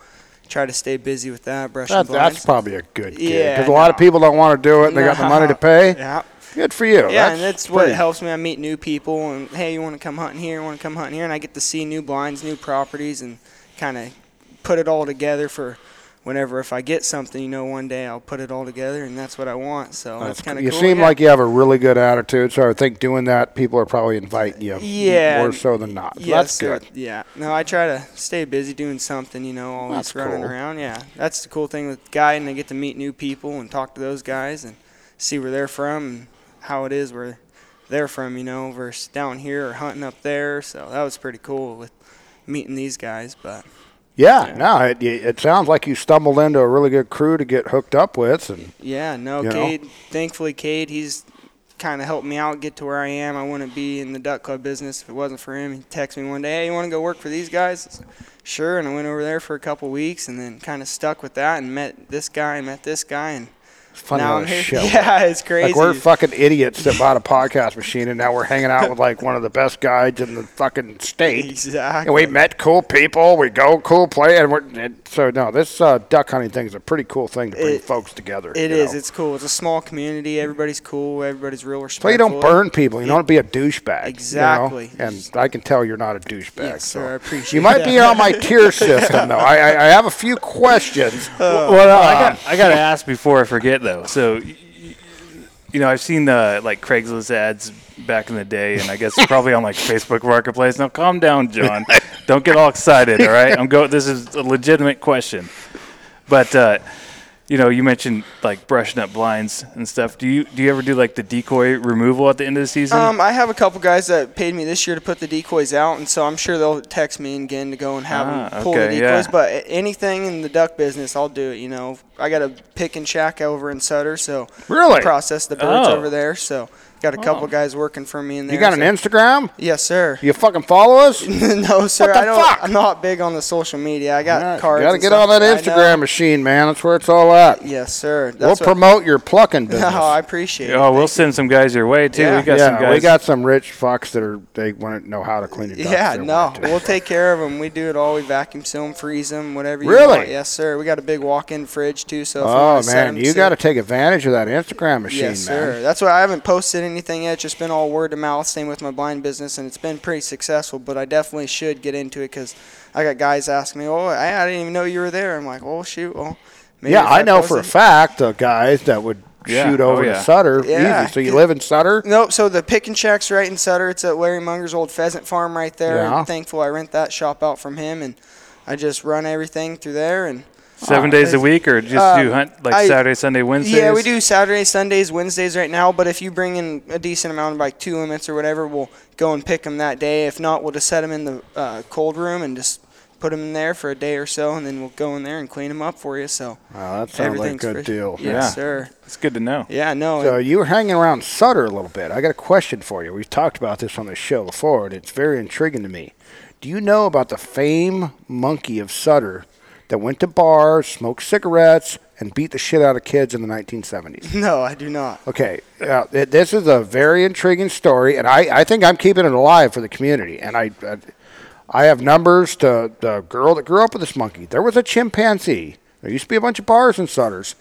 try to stay busy with that brushing That, blinds. that's probably a good gig Yeah, because a lot of no. people don't want to do it. and They got the money to pay. Yeah, Good for you. yeah, and that's what pretty- helps me. I meet new people, and hey, you want to come hunting here? You want to come hunting here? And I get to see new blinds, new properties, and kind of put it all together for. Whenever if I get something, you know, one day I'll put it all together, and that's what I want. So that's, kind of you cool. seem yeah. like you have a really good attitude, so I think doing that, people are probably inviting you Yeah, more and- so than not. So that's so- good. Yeah. No, I try to stay busy doing something, you know, always That's running cool. around. Yeah. That's the cool thing with guiding. I get to meet new people and talk to those guys and see where they're from and how it is where they're from, you know, versus down here or hunting up there. So that was pretty cool with meeting these guys. But Yeah, no, it, y- it sounds like you stumbled into a really good crew to get hooked up with, and yeah, no, You know? Cade, thankfully, Cade, he's kind of helped me out get to where I am. I wouldn't be in the duck club business if it wasn't for him. He texted me one day, "Hey, you want to go work for these guys?" I said, sure, and I went over there for a couple weeks, and then kind of stuck with that, and met this guy, and met this guy, and it's funny now how I'm this here. shit works. Yeah, it's crazy. Like we're fucking idiots that bought a podcast machine, and now we're hanging out with like one of the best guides in the fucking state. Exactly. And we met cool people. We go cool play, and we're and so no. This uh, duck hunting thing is a pretty cool thing to bring It- folks together. It you is. know? It's cool. It's a small community. Everybody's cool. Everybody's real so respectful. you don't burn people. You don't be a douchebag. you know? Exactly. And I can tell you're not a douchebag. Yes, so. sir. I appreciate. You might that. be on my tier system though. I, I, I have a few questions. Uh, Uh, well, uh, I Um, got, I got to ask before I forget though. So, y- y- you know, I've seen uh, like Craigslist ads back in the day, and I guess probably on like Facebook Marketplace. Now, calm down, John. Don't get all excited. All right, I'm going. This is a legitimate question, but uh, you you know, you mentioned like brushing up blinds and stuff. Do you do you ever do like the decoy removal at the end of the season? Um, I have a couple guys that paid me this year to put the decoys out, and so I'm sure they'll text me again to go and have Ah, them pull the okay, decoys. yeah. But a- anything in the duck business, I'll do it. You know, I got a pick and shack over in Sutter, so Really? Oh. process the birds Oh. over there. So got a couple guys working for me in there. You got an so- Instagram? Yes, sir. You fucking follow us? no, sir. What the I don't. fuck? I'm not big on the social media. I got All right, cards. gotta and get stuff. on that I know. Instagram machine, man. That's where it's all at. Yes, sir. That's we'll what- promote your plucking business. No, I appreciate it. oh, we'll send some guys your way too. Yeah. We got yeah, some guys. we got some rich fucks that are they want to know how to clean a duck. Yeah, They no, want to. we'll take care of them. We do it all. We vacuum seal them, freeze them, whatever. You Really? Want. Yes, sir. We got a big walk-in fridge too. So. If you Oh wanna set man, 'em you to- got to take advantage of that Instagram machine, Yes, man. sir. That's why I haven't posted anything yet. It's just been all word of mouth. Same with my blind business, and it's been pretty successful. But I definitely should get into it because I got guys asking me, "Oh, I, I didn't even know you were there." I'm like, "Oh shoot, well." Maybe yeah, if I know for a posted-" fact the guys that would Yeah, shoot oh, over yeah. to Sutter Yeah. Mm-hmm. easy. So you live in Sutter? Nope. So the pick and check's right in Sutter. It's at Larry Munger's old pheasant farm right there. Yeah. I'm thankful I rent that shop out from him, and I just run everything through there and. seven days a week, or just do Um, hunt like I- Saturday, Sunday, Wednesday. Yeah, we do Saturdays, Sundays, Wednesdays right now. But if you bring in a decent amount of like two limits or whatever, we'll go and pick them that day. If not, we'll just set them in the uh, cold room and just put them in there for a day or so, and then we'll go in there and clean them up for you. So Oh, that sounds like a everything's good fresh. deal. Yes, Yeah. sir. It's good to know. Yeah, no. So you were hanging around Sutter a little bit. I got a question for you. We've talked about this on the show before, and it's very intriguing to me. Do you know about the fame monkey of Sutter that went to bars, smoked cigarettes, and beat the shit out of kids in the 1970s? no, I do not. Okay, uh, th- this is a very intriguing story, and I, I think I'm keeping it alive for the community. And I, I, I have numbers to the girl that grew up with this monkey. There was a chimpanzee. There used to be a bunch of bars in Sutter's,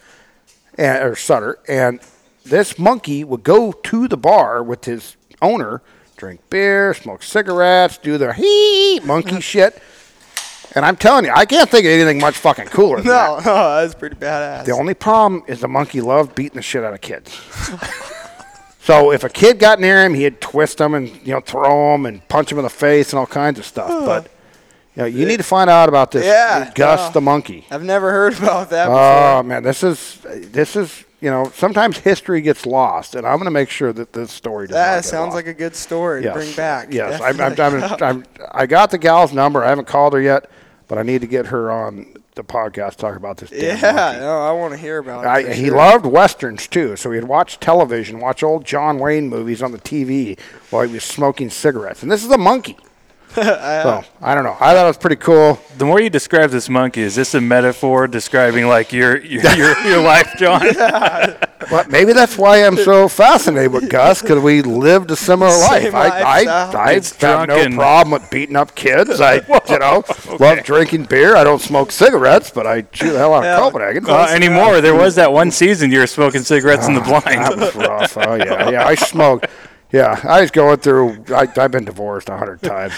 and, or Sutter, and this monkey would go to the bar with his owner, drink beer, smoke cigarettes, do the hee monkey shit. And I'm telling you, I can't think of anything much fucking cooler. Than that. No, no, that was pretty badass. The only problem is the monkey loved beating the shit out of kids. so if a kid got near him, he'd twist them and you know throw him and punch him in the face and all kinds of stuff. But you, know, you need to find out about this Yeah, Gus no. the monkey. I've never heard about that. before. Oh man, this is this is you know sometimes history gets lost, and I'm going to make sure that this story does. not That get sounds lost. like a good story Yes. to bring back. Yes, Definitely. I'm, I'm, I'm, I'm, I got the gal's number. I haven't called her yet, but I need to get her on the podcast to talk about this. damn yeah, monkey. no, I want to hear about it. I, for He sure. loved westerns too, so he'd watch television, watch old John Wayne movies on the TV while he was smoking cigarettes. And this is a monkey. uh, so I don't know. I thought it was pretty cool. The more you describe this monkey, is this a metaphor describing like your your your, your life, John? Uh, But maybe that's why I'm so fascinated with Gus because we lived a similar life. Same I, lifestyle. I, I It's have no drunken. problem with beating up kids. I, you know, love drinking beer. I don't smoke cigarettes, but I chew the hell out of Copenhagen. Well, anymore. There was that one season you were smoking cigarettes in the Oh, That blind. was rough. Oh yeah, yeah. I smoked. Yeah, I was going through. I, I've been divorced a hundred times,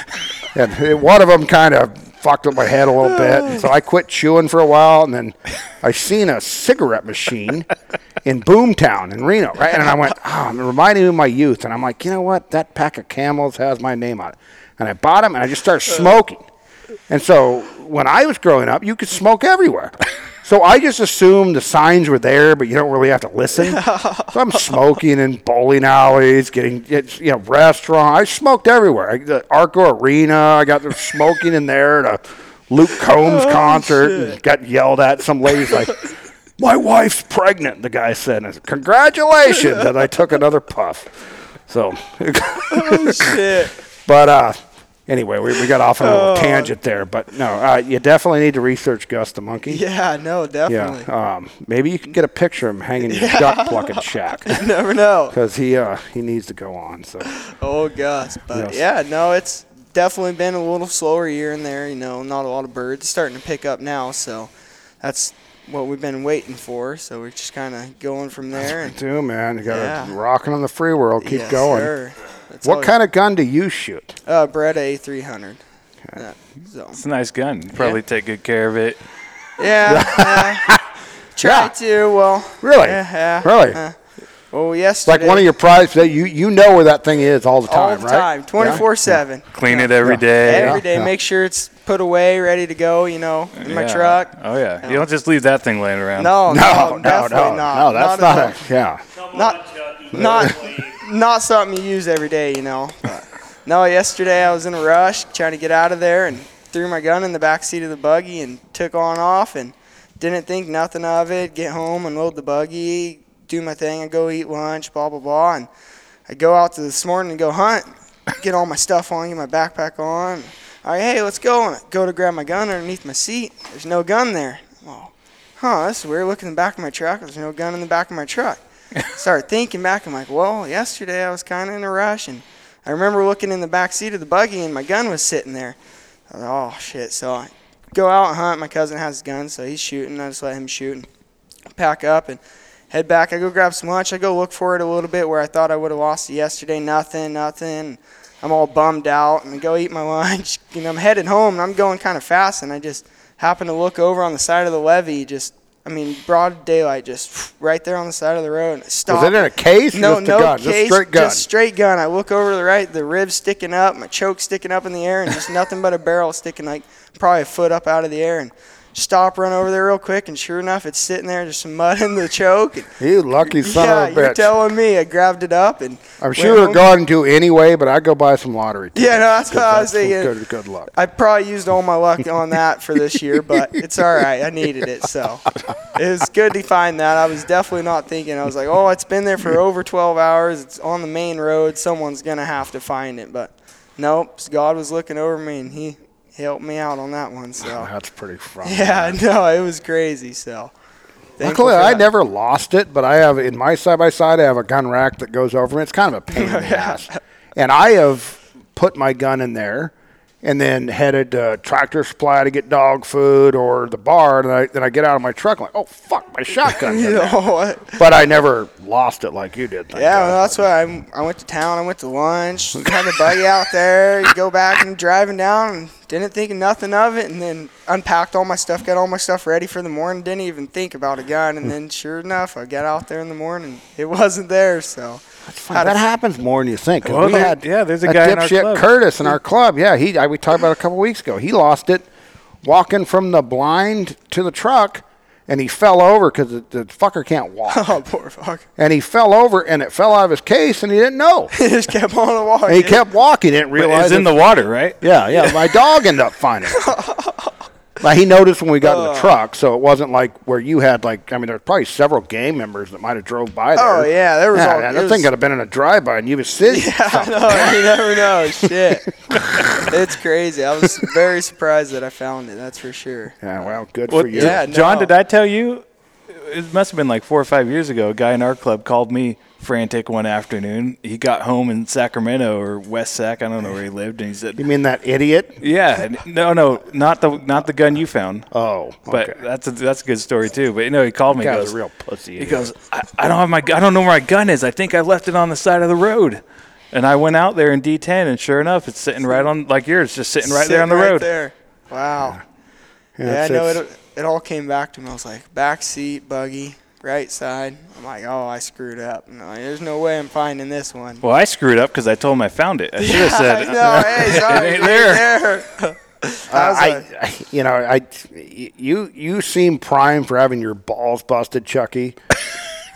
and it- one of them kind of fucked up my head a little bit. And so I quit chewing for a while, and then I seen a cigarette machine in Boomtown in Reno, right? And I went, oh, it reminded me of my youth. And I'm like, you know what? That pack of Camels has my name on it. And I bought them, and I just started smoking. And so when I was growing up, you could smoke everywhere. So I just assumed the signs were there, but you don't really have to listen. So I'm smoking in bowling alleys, getting it's, you know restaurant. I smoked everywhere. I, the Arco Arena. I got the smoking in there at a Luke Combs concert. And got yelled at. Some ladies like, "My wife's pregnant." The guy said, and I said, "Congratulations!" And I took another puff. So Oh, shit. But uh, anyway, we, we got off on a Oh. little tangent there. But no, uh, you definitely need to research Gus the monkey. Yeah, no, definitely. Yeah. Um, maybe you can get a picture of him hanging in your duck plucking shack Never know. because he uh, he needs to go on. So Oh gosh, but Yes. yeah, no, it's definitely been a little slower year in there. You know, not a lot of birds It's starting to pick up now, so that's what we've been waiting for. So we're just kind of going from there. And do man, you got to Yeah. rocking on the free world. Keep Yes, going. sir. That's What all- kind of gun do you shoot? Uh, Beretta A300. Yeah, so It's a nice gun. You Probably take good care of it. yeah, yeah. try Yeah. to well. Really? Yeah, yeah. Really? Uh, Oh, It's like yesterday. one of your prize. that You you know where that thing is all the all time, the right? time, 24 seven. Clean it every Yeah. day. Yeah. Every day, make sure it's put away, ready to go. You know, in my Yeah. truck. Oh yeah. Yeah. You don't just leave that thing laying around. No, No, no, no, no, definitely not. no. That's not, not, at all. a yeah. Not- not not something you use every day, you know. But, no, yesterday I was in a rush trying to get out of there and threw my gun in the back seat of the buggy and took on off and didn't think nothing of it. Get home, unload the buggy, do my thing, and go eat lunch, blah blah blah. And I go out to this morning and go hunt, get all my stuff on, get my backpack on. All right, hey, let's go. And I go to grab my gun underneath my seat. There's no gun there. Oh, huh, that's weird. Look in the back of my truck. There's no gun in the back of my truck started thinking back. I'm like, well, yesterday I was kind of in a rush, and I remember looking in the back seat of the buggy, and my gun was sitting there. I was like, oh shit! So I go out and hunt. My cousin has his gun, so he's shooting. I just let him shoot and pack up and head back. I go grab some lunch. I go look for it a little bit where I thought I would have lost it yesterday. Nothing, nothing. I'm all bummed out and I go eat my lunch. You know, I'm headed home and I'm going kind of fast, and I just happen to look over on the side of the levee. Just, I mean, broad daylight, just right there on the side of the road. And I stop. Was it in a case? or No, just no a gun, case, just straight gun. just straight gun. I look over to the right, the ribs sticking up, my choke sticking up in the air, and just nothing but a barrel sticking like probably a foot up out of the air. And stop, run over there real quick, and sure enough, it's sitting there, just some mud in the choke. And you lucky son yeah, of a you're bitch. telling me. I grabbed it up and I'm went sure you're home. going to anyway, but I go buy some lottery. Tickets, Yeah, no, that's 'cause what I was some thinking. Good, good luck. I probably used all my luck on that for this year, but it's all right. I needed it, so it was good to find that. I was definitely not thinking. I was like, "Oh, it's been there for over 12 hours. It's on the main road. Someone's gonna have to find it." But nope, God was looking over me, and He he helped me out on that one. So Oh, That's pretty fun. yeah, no, it was crazy. So thankful Luckily, for I that. never lost it, but I have in my side by side. I have a gun rack that goes over. it. It's kind of a pain in the ass, and I have put my gun in there, and then headed to Tractor Supply to get dog food or the bar. And I, then I get out of my truck, like, oh fuck, my shotgun's in You there. know what? But I never lost it like you did. thank Yeah, God. well, that's why I'm, I went to town. I went to lunch, had the buggy out there. You go back and driving down, and didn't think nothing of it, and then unpacked all my stuff, got all my stuff ready for the morning. Didn't even think about a gun, and then sure enough, I got out there in the morning. It wasn't there, so Fine, that happens more than you think. 'cause Well, we there- had yeah, there's a guy in our dipshit club. Curtis in our club. Yeah, he I, we talked about it a couple weeks ago. He lost it walking from the blind to the truck, and he fell over because the, the fucker can't walk. oh poor fuck. and he fell over, and it fell out of his case, and he didn't know. It just kept on And he walking. kept walking, didn't But realize it's in it. the water, right? Yeah, yeah. My dog ended up finding it. Like he noticed when we got Uh. in the truck, so it wasn't like where you had like I mean there's probably several gang members that might have drove by there. Oh, yeah, there was all- man, it that was- thing could have been in a drive by and you was sitting. I know, you never know. Shit, it's crazy. I was very surprised that I found it. That's for sure. Yeah, well, good What- for you. Yeah, John, no. did I tell you? It must have been like four or five years ago. A guy in our club called me frantic one afternoon. He got home in Sacramento or West Sac. I don't know where he lived, and he said, You mean that idiot? "Yeah, n- no, no, not the not the gun you found." Oh, but okay. that's a, that's a good story too. But you know, he called me. That he guy's goes, a real pussy. He goes, I, I don't have my, gu- I don't know where my gun is. I think I left it on the side of the road. And I went out there in D10, and sure enough, it's sitting right on like yours, just sitting right there on the Sitting right road. there. Wow. Yeah, it's- I know it's- it. It all came back to me. I was like, back seat, buggy, right side. I'm like, oh, I screwed up. No, there's no way I'm finding this one. Well, I screwed up because I told him I found it. I should have said, no, hey, sorry, ain't it ain't there. I was Uh, I, like, I, you know, I, you, you seem primed for having your balls busted, Chucky.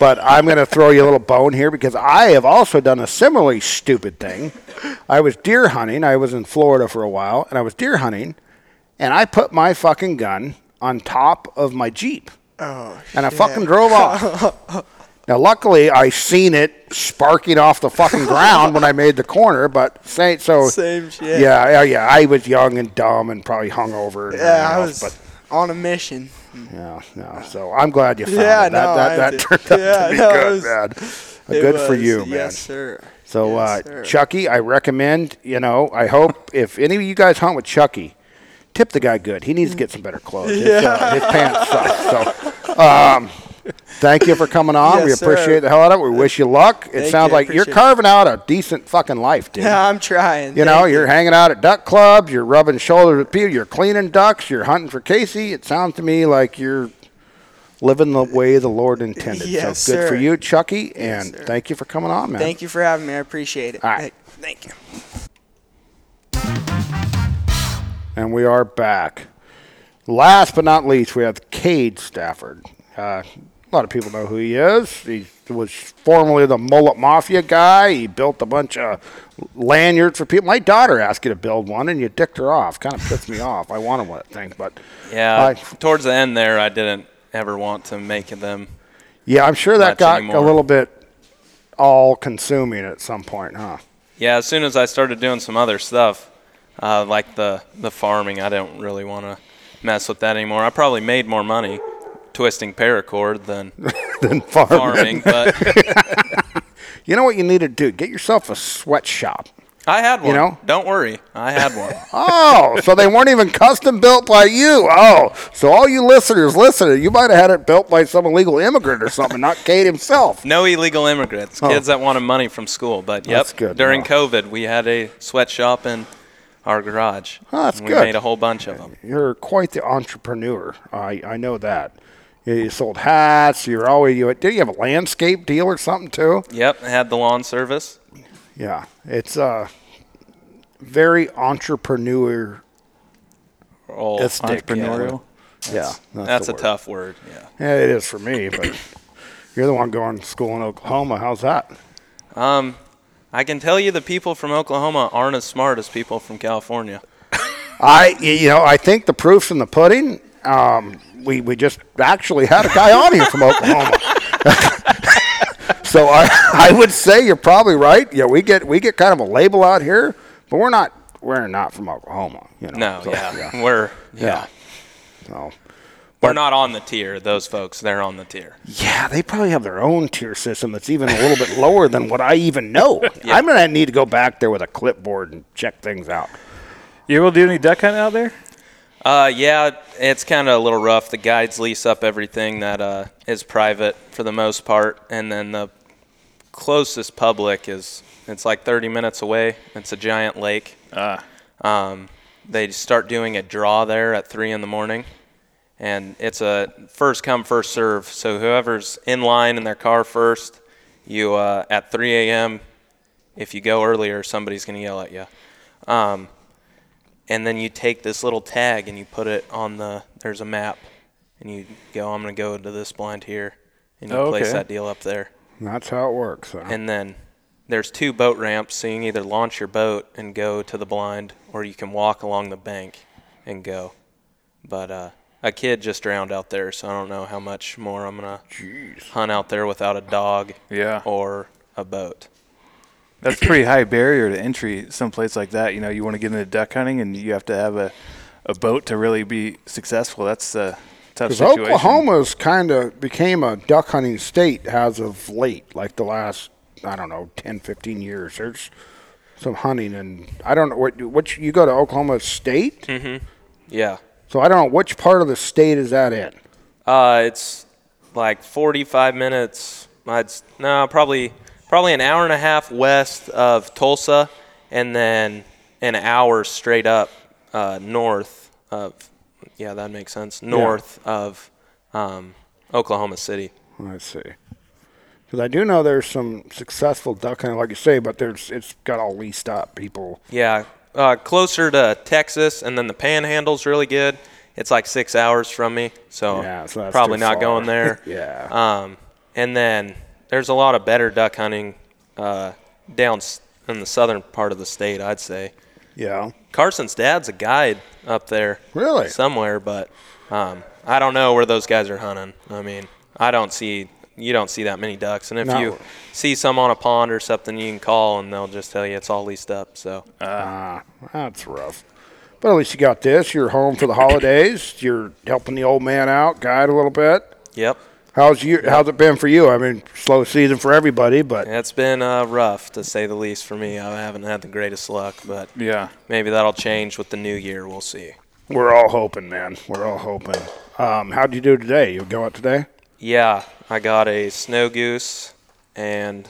but I'm going to throw you a little bone here because I have also done a similarly stupid thing. I was deer hunting. I was in Florida for a while, and I was deer hunting, and I put my fucking gun on top of my Jeep. Oh, and I fucking drove off. now, luckily, I seen it sparking off the fucking ground when I made the corner, but say, so Same shit. Yeah, yeah, yeah. I was young and dumb and probably hungover. And yeah, I everything was else, on a mission. But no, no. So I'm glad you found Yeah, it. That, no, I that, that did. turned out Yeah, to be no, it good, was- man. It Good for was, you, man. Yes, sir. So, Yes, uh, sir. Chucky, I recommend, you know, I hope if any of you guys hunt with Chucky, tip the guy good. He needs to get some better clothes. His, uh, his pants suck. So, um, thank you for coming on. Yes, we sir. appreciate the hell out of it. We wish you luck. It Thank sounds you, I like you're appreciate it. carving out a decent fucking life, dude. Yeah, I'm trying. You know, you're hanging out at duck clubs, you're rubbing shoulders with people, you're cleaning ducks, you're hunting for Casey. It sounds to me like you're living the way the Lord intended. Yes, so good for sir. you, Chucky, and sir. thank you for coming on, man. Thank you for having me. I appreciate it. All right. Thank you. And we are back. Last but not least, we have Cade Stafford. Uh, a lot of people know who he is. He was formerly the Mullet Mafia guy. He built a bunch of lanyards for people. My daughter asked you to build one, and you dicked her off. Kind of pissed me off. I wanted one thing, but Yeah, I- towards the end there, I didn't ever want to make them. yeah, I'm sure that Much got a anymore. little little bit all-consuming at some point, huh? Yeah, as soon as I started doing some other stuff, uh, like the the farming, I didn't really want to mess with that anymore. I probably made more money twisting paracord than Than farming. farming, but You know what you need to do? Get yourself a sweatshop. I had one. know? Don't worry, I had one. Oh, so they weren't even custom built by you. Oh, so all you listeners listening, you might have had it built by some illegal immigrant or something, not Kate himself. No illegal immigrants, kids that wanted money from school. But yep, Oh. That's good. during Wow. COVID, we had a sweatshop in our garage. Oh, that's and good. We made a whole bunch of them. You're quite the entrepreneur. I, I know that. You, you sold hats. You're always you. Did you have a landscape deal or something too? Yep, I had the lawn service. Yeah, it's uh very entrepreneur. Oh, It's dick, yeah. Entrepreneurial. yeah, That's, the a word. tough word. Yeah. Yeah, it is for me, but you're the one going to school in Oklahoma. How's that? Um, I can tell you the people from Oklahoma aren't as smart as people from California. I, you know, I think the proof's in the pudding. Um, we we just actually had a guy on here from Oklahoma, so I I would say you're probably right. Yeah, we get we get kind of a label out here, but we're not we're not from Oklahoma. You know. No, so, yeah, Oh, yeah. we're yeah. Yeah. So, we're not on the tier. Those folks, they're on the tier. yeah, they probably have their own tier system that's even a little bit lower than what I even know. I'm gonna need to go back there with a clipboard and check things out. You able to do any duck hunt out there? Uh, yeah, it's kind of a little rough. The guides lease up everything that uh, is private for the most part, and then the closest public is it's like 30 minutes away. It's a giant lake. Ah. Um, they start doing a draw there at three in the morning, and it's a first come first serve. So whoever's in line in their car first, you uh, at 3 a.m. If you go earlier, somebody's gonna yell at you. Um, and then you take this little tag and you put it on the there's a map, and you go I'm gonna go to this blind here, and you Oh, place okay. that deal up there That's how it works. huh? and then there's two boat ramps, so you can either launch your boat and go to the blind, or you can walk along the bank and go. But uh, a kid just drowned out there, so I don't know how much more I'm gonna hunt out there without a dog Yeah. or a boat. That's pretty high barrier to entry someplace like that. You know, you want to get into duck hunting and you have to have a, a boat to really be successful. That's a tough Because situation. Oklahoma's kind of became a duck hunting state as of late, like the last, I don't know, 10, 15 years. There's some hunting, and I don't know what, which, you go to Oklahoma State? Yeah, So I don't know, which part of the state is that in? uh, it's like 45 minutes. I'd, s- no, probably probably an hour and a half west of Tulsa, and then an hour straight up uh, north of yeah, that makes sense. North of um, Oklahoma City. Let's see. Because I do know there's some successful duck hunting, like you say, but there's it's got all leased up. People, Yeah, uh, closer to Texas, and then the Panhandle's really good. It's like six hours from me, so, Yeah, so that's probably too not far. going there. Yeah. Um, and then there's a lot of better duck hunting uh, down s- in the southern part of the state, I'd say. yeah. Carson's dad's a guide up there. Really? Somewhere, but um, I don't know where those guys are hunting. I mean, I don't see you don't see that many ducks, and if No. you see some on a pond or something, you can call and they'll just tell you it's all leased up. So Ah, that's rough. But at least you got this. You're home for the holidays. You're helping the old man out, guide a little bit. yep. How's you? How's it been for you? I mean, slow season for everybody, but It's been uh, rough to say the least for me. I haven't had the greatest luck, but Yeah. maybe that'll change with the new year. We'll see. we're all hoping, man. We're all hoping. Um, how'd you do today? You go out today? Yeah, I got a snow goose and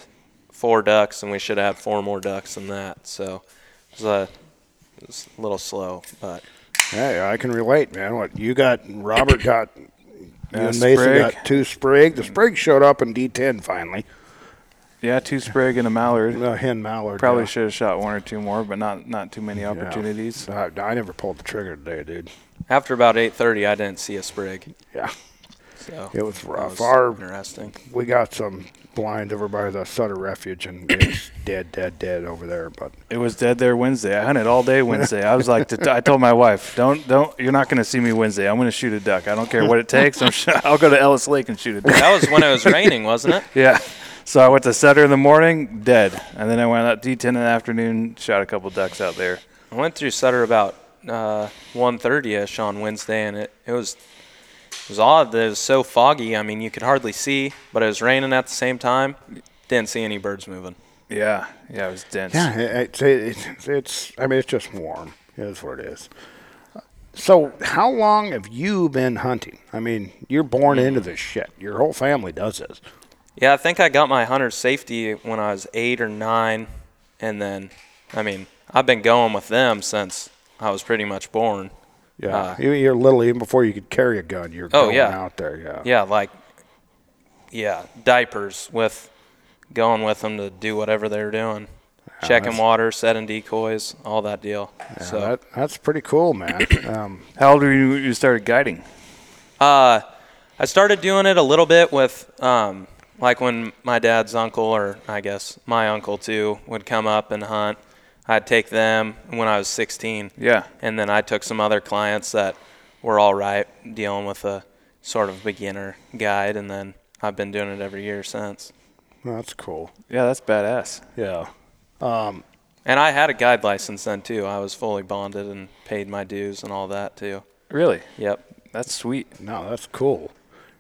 four ducks, and we should have four more ducks than that. So it was a, it was a little slow, but Hey, I can relate, man. What you got? Robert got You Yeah, and Mason Sprague. got two sprig. The sprig showed up in D10 finally. Yeah, two Sprague and a Mallard. Uh, Hen Mallard. Probably yeah. should have shot one or two more, but not not too many opportunities. I, I never pulled the trigger today, dude. After about 8:30, I didn't see a sprig. Yeah, So it was that rough. Our interesting. we got some blinds over by the Sutter Refuge, and it's dead, dead, dead over there. But It was dead there Wednesday. I hunted all day Wednesday. I was like, to- I told my wife, don't, don't, you're not going to see me Wednesday. I'm going to shoot a duck. I don't care what it takes. I'm sure I'll go to Ellis Lake and shoot a duck. That was when it was raining, wasn't it? Yeah. So I went to Sutter in the morning, dead, and then I went out D10 in the afternoon, shot a couple ducks out there. I went through Sutter about uh, 1.30ish on Wednesday, and it, it was it was odd that it was so foggy. I mean, you could hardly see, but it was raining at the same time. Didn't see any birds moving. Yeah, yeah, it was dense. yeah, it, it, it, it's. I mean, it's just warm. It is what it is. So, how long have you been hunting? I mean, you're born into this shit. Your whole family does this. Yeah, I think I got my hunter safety when I was eight or nine, and then, I mean, I've been going with them since I was pretty much born. Yeah, Uh, you, you're literally even before you could carry a gun. You're Oh, going yeah. out there. Yeah, Yeah, like, yeah, diapers with going with them to do whatever they were doing, checking that's- water, setting decoys, all that deal. Yeah, so that, that's pretty cool, man. Um, How old were you when you started guiding? Uh, I started doing it a little bit with, um, like when my dad's uncle, or I guess my uncle too, would come up and hunt. I'd take them when I was 16. Yeah. And then I took some other clients that were all right dealing with a sort of beginner guide. And then I've been doing it every year since. that's cool. Yeah, that's badass. Yeah. And I had a guide license then too. I was fully bonded and paid my dues and all that too. Really? Yep. That's sweet. No, that's cool.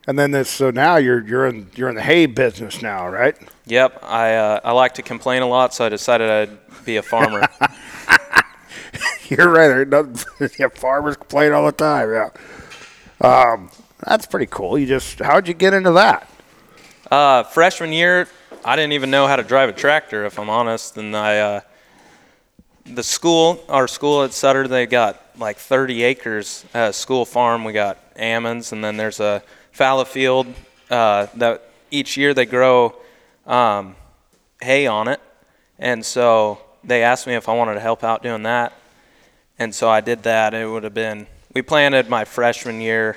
And then this, so now you're you're in you're in the hay business now, right? Yep. I, uh, I like to complain a lot, so I decided I'd be a farmer. You're right. There ain't nothing- yeah, farmers complain all the time. Yeah. Um, that's pretty cool. You just how'd you get into that? Uh, freshman year, I didn't even know how to drive a tractor, if I'm honest. And I, uh, the school, our school at Sutter, they got like 30 acres uh, school farm. We got almonds, and then there's a fallow field uh, that each year they grow um, hay on it. And so they asked me if I wanted to help out doing that. And so I did that. It would have been, we planted my freshman year.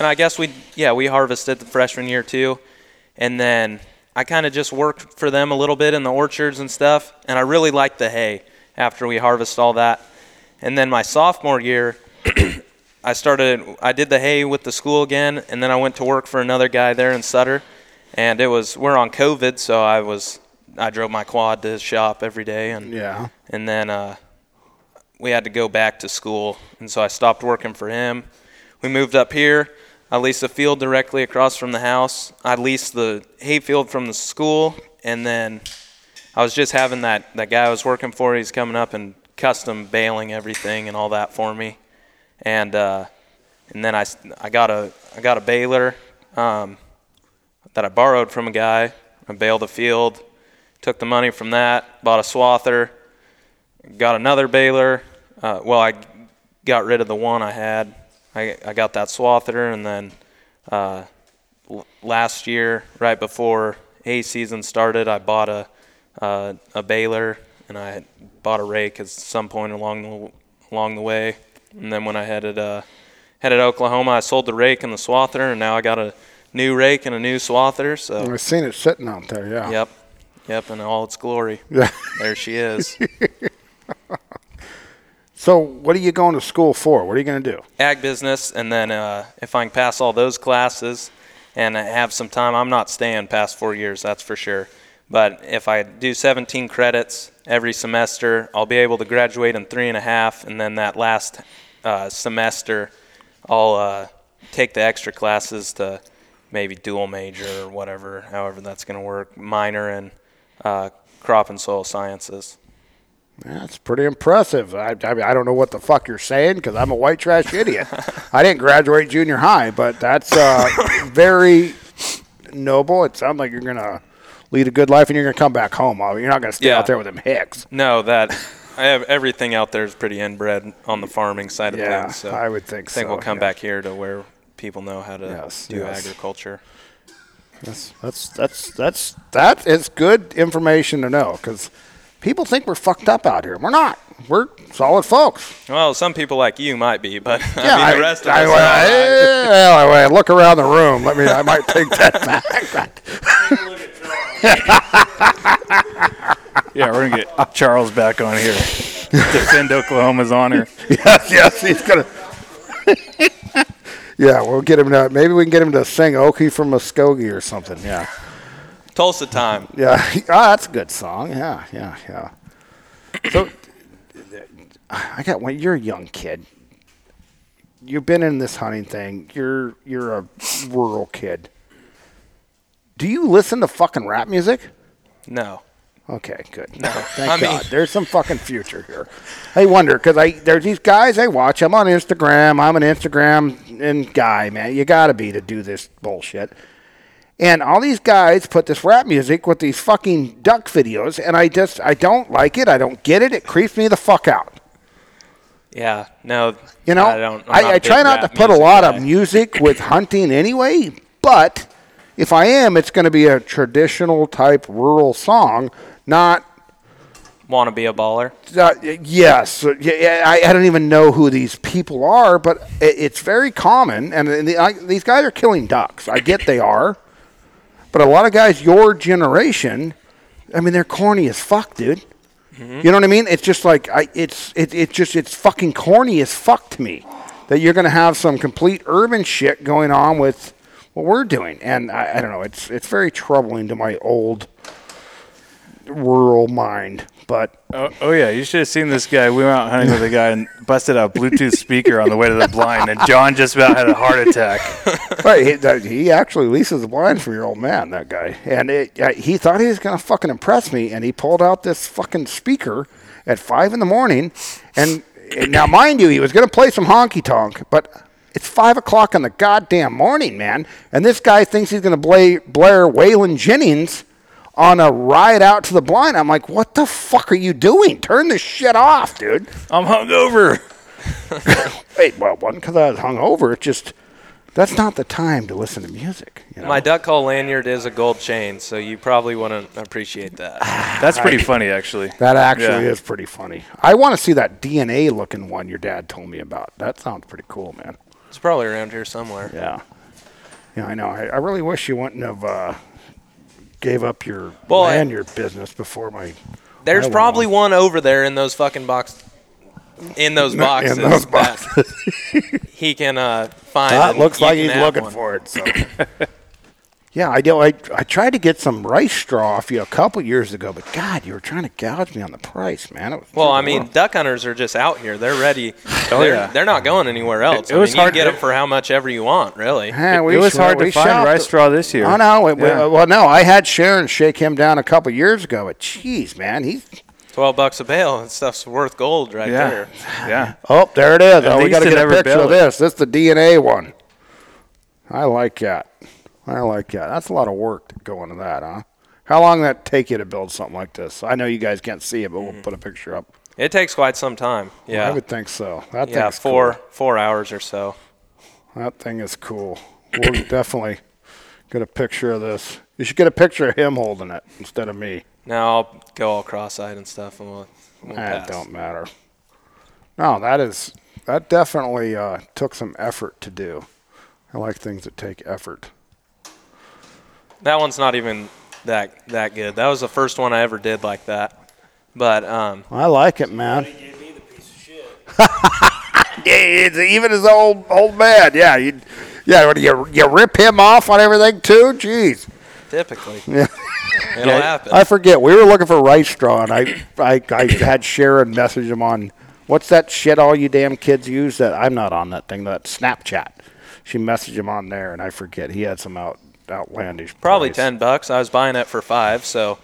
And I guess we, yeah, we harvested the freshman year too. And then I kind of just worked for them a little bit in the orchards and stuff. And I really liked the hay after we harvested all that. And then my sophomore year, I started, I did the hay with the school again. And then I went to work for another guy there in Sutter. And it was, we're on COVID. So I was, I drove my quad to his shop every day. And Yeah. and then uh, we had to go back to school, and so I stopped working for him. We moved up here. I leased a field directly across from the house. I leased the hayfield from the school, and then I was just having that that guy I was working for. He's coming up and custom baling everything and all that for me, and uh, and then I, s- I got a I got a baler um, that I borrowed from a guy. I baled the field, took the money from that, bought a swather, got another baler. Uh, well, I got rid of the one I had. I, I got that swather, and then uh, l- last year, right before hay season started, I bought a uh, a baler and I had bought a rake at some point along the along the way. And then when I headed uh, headed to Oklahoma, I sold the rake and the swather, and now I got a new rake and a new swather. So I've seen it sitting out there. Yeah. yep, yep, in all its glory. there she is. So what are you going to school for? What are you going to do? ag business, and then uh, if I can pass all those classes and have some time, I'm not staying past four years, that's for sure. But if I do 17 credits every semester, I'll be able to graduate in three and a half, and then that last uh, semester, I'll uh, take the extra classes to maybe dual major or whatever, however that's going to work, minor in uh, crop and soil sciences. That's pretty impressive. I, I, mean, I don't know what the fuck you're saying because I'm a white trash idiot. I didn't graduate junior high, but that's uh, very noble. It sounds like you're going to lead a good life and you're going to come back home. Uh, You're not going to stay Yeah. out there with them hicks. No, that I have everything out there is pretty inbred on the farming side of Yeah, things. So I would think I think so, we'll come yeah. back here to where people know how to Yes, do yes. agriculture. That's that's that's that's that is good information to know because people think we're fucked up out here. We're not. We're solid folks. Well, some people like you might be, but Yeah, I mean, the rest of I- us. well, are not. eh, well, I- I look around the room. Let me. I might take that back. Yeah, we're gonna get Charles back on here. Defend Oklahoma's honor. yes, yes, he's gonna. yeah, we'll get him to. Maybe we can get him to sing Okie from Muskogee or something. Yeah, Tulsa time. yeah. Ah, that's a good song. Yeah, yeah, yeah. So, I got one. You're a young kid. You've been in this hunting thing. You're you're a rural kid. Do you listen to fucking rap music? No. Okay, good. Thank I mean- God. There's some fucking future here. I wonder because I there's these guys I watch. I'm on Instagram. I'm an Instagram and guy, man. You gotta be to do this bullshit. And all these guys put this rap music with these fucking duck videos, and I just I don't like it. I don't get it. It creeps me the fuck out. Yeah. No. You know, I don't. I'm I, not a I big try not to rap put a music lot guy. of music with hunting anyway, but if I am, it's going to be a traditional type rural song, not Want to be a baller? Uh, y- yes, Y- yeah, I, I don't even know who these people are, but i it's very common, and, the, I, these guys are killing ducks. I get they are, but a lot of guys your generation, I mean, they're corny as fuck, dude. You know what I mean? It's just like I, it's it, it just it's fucking corny as fuck to me that you're gonna have some complete urban shit going on with what we're doing, and I, I don't know. It's it's very troubling to my old rural mind, but. Oh, oh yeah, you should have seen this guy. We were out hunting with a guy and busted out a Bluetooth speaker on the way to the blind, and John just about had a heart attack. Right, he, that, he actually leases the blind from your old man, that guy. And it, uh, he thought he was going to fucking impress me, and he pulled out this fucking speaker at 5 in the morning. And, and now, mind you, he was going to play some honky tonk, but it's 5 o'clock in the goddamn morning, man. And this guy thinks he's going to play Blair Waylon Jennings on a ride out to the blind. I'm like, what the fuck are you doing? Turn this shit off, dude. I'm hungover. Wait, well, one, because I was hungover. It just, that's not the time to listen to music. You know? My duck call lanyard is a gold chain, so you probably wouldn't appreciate that. That's pretty funny, actually. That actually Yeah. is pretty funny. I want to see that DNA looking one your dad told me about. That sounds pretty cool, man. It's probably around here somewhere. Yeah. Yeah, I know. I, I really wish you wouldn't have uh, gave up your Well, I- lanyard business before my. There's I won't. probably one over there in those fucking box, in those boxes. those that boxes. he can uh, find. That and looks you like can he's have looking one. for it. So. yeah, I do. I, I tried to get some rice straw off you a couple years ago, but God, you were trying to gouge me on the price, man. It was Well, I mean, duck hunters are just out here. They're ready. Oh, they're, yeah. they're not going anywhere else. It- it I was mean, you hard can get to- them for how much ever you want, really. Yeah, it we was sh- hard we to find shopped- rice straw this year. I know. It, Yeah. Well, no, I had Sharon shake him down a couple years ago, but geez, man, he's Twelve bucks a bale. That stuff's worth gold right Yeah, there. yeah. oh, there it is. At oh, we least got to it get a never picture of built. this. This is the DNA one. I like that. I like that. That's a lot of work to go into that, huh? How long did that take you to build something like this? I know you guys can't see it, but we'll put a picture up. It takes quite some time. Yeah. I would think so. That yeah, thing's four cool. four hours or so. That thing is cool. We'll definitely get a picture of this. You should get a picture of him holding it instead of me. Now I'll go all cross-eyed and stuff, and we'll. we'll That pass. don't matter. No, that is that definitely uh, took some effort to do. I like things that take effort. That one's not even that that good. That was the first one I ever did like that. But um, I like it, man. Yeah, it's even his old old man. Yeah, you, yeah. What, do you you rip him off on everything too? Jeez, typically, it'll happen. I forget. We were looking for rice straw, and I I, I had Sharon message him on what's that shit all you damn kids use that I'm not on that thing that Snapchat. She messaged him on there, and I forget he had some out outlandish. Probably price. ten bucks. I was buying it for five, so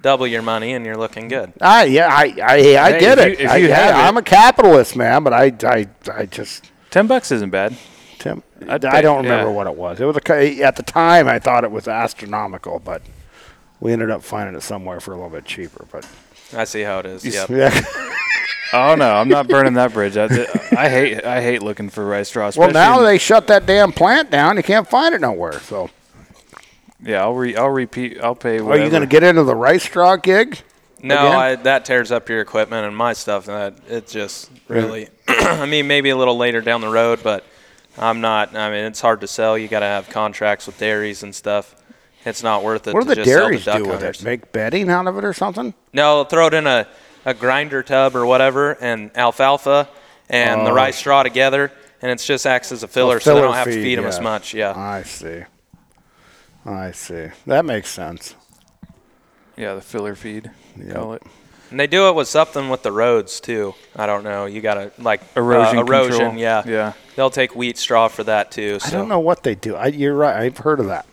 double your money, and you're looking good. I yeah, I I, I Hey, get if it. you- if I, you I, have it- am a capitalist, man, but I I, I just Ten bucks isn't bad. Tim, I, I'd I don't pay- yeah. remember what it was. It was a, ca- at the time I thought it was astronomical, but we ended up finding it somewhere for a little bit cheaper. But I see how it is. Yep. yeah, Oh no, I'm not burning that bridge. I, I hate I hate looking for rice straw. Well, especially now in- they shut that damn plant down. You can't find it nowhere. So, yeah. I'll re, I'll repeat. I'll pay. are Whatever. you going to get into the rice straw gig? No, Again? I, that tears up your equipment and my stuff. That it just really. I mean, maybe a little later down the road, but I'm not. I mean, it's hard to sell. You got to have contracts with dairies and stuff. It's not worth it. What do to the just sell dairies to duck do with hunters. it? Make bedding out of it or something? No, throw it in a, a grinder tub or whatever, and alfalfa and the rice straw together, and it just acts as a filler, so they Oh. filler don't have feed, to feed them as yeah. much. Yeah. I see. I see. That makes sense. Yeah, the filler feed. Call it. And they do it with something with the roads too. I don't know. You gotta like uh, Erosion erosion. control. Yeah. Yeah. They'll take wheat straw for that too. So. I don't know what they do. I, you're right. I've heard of that.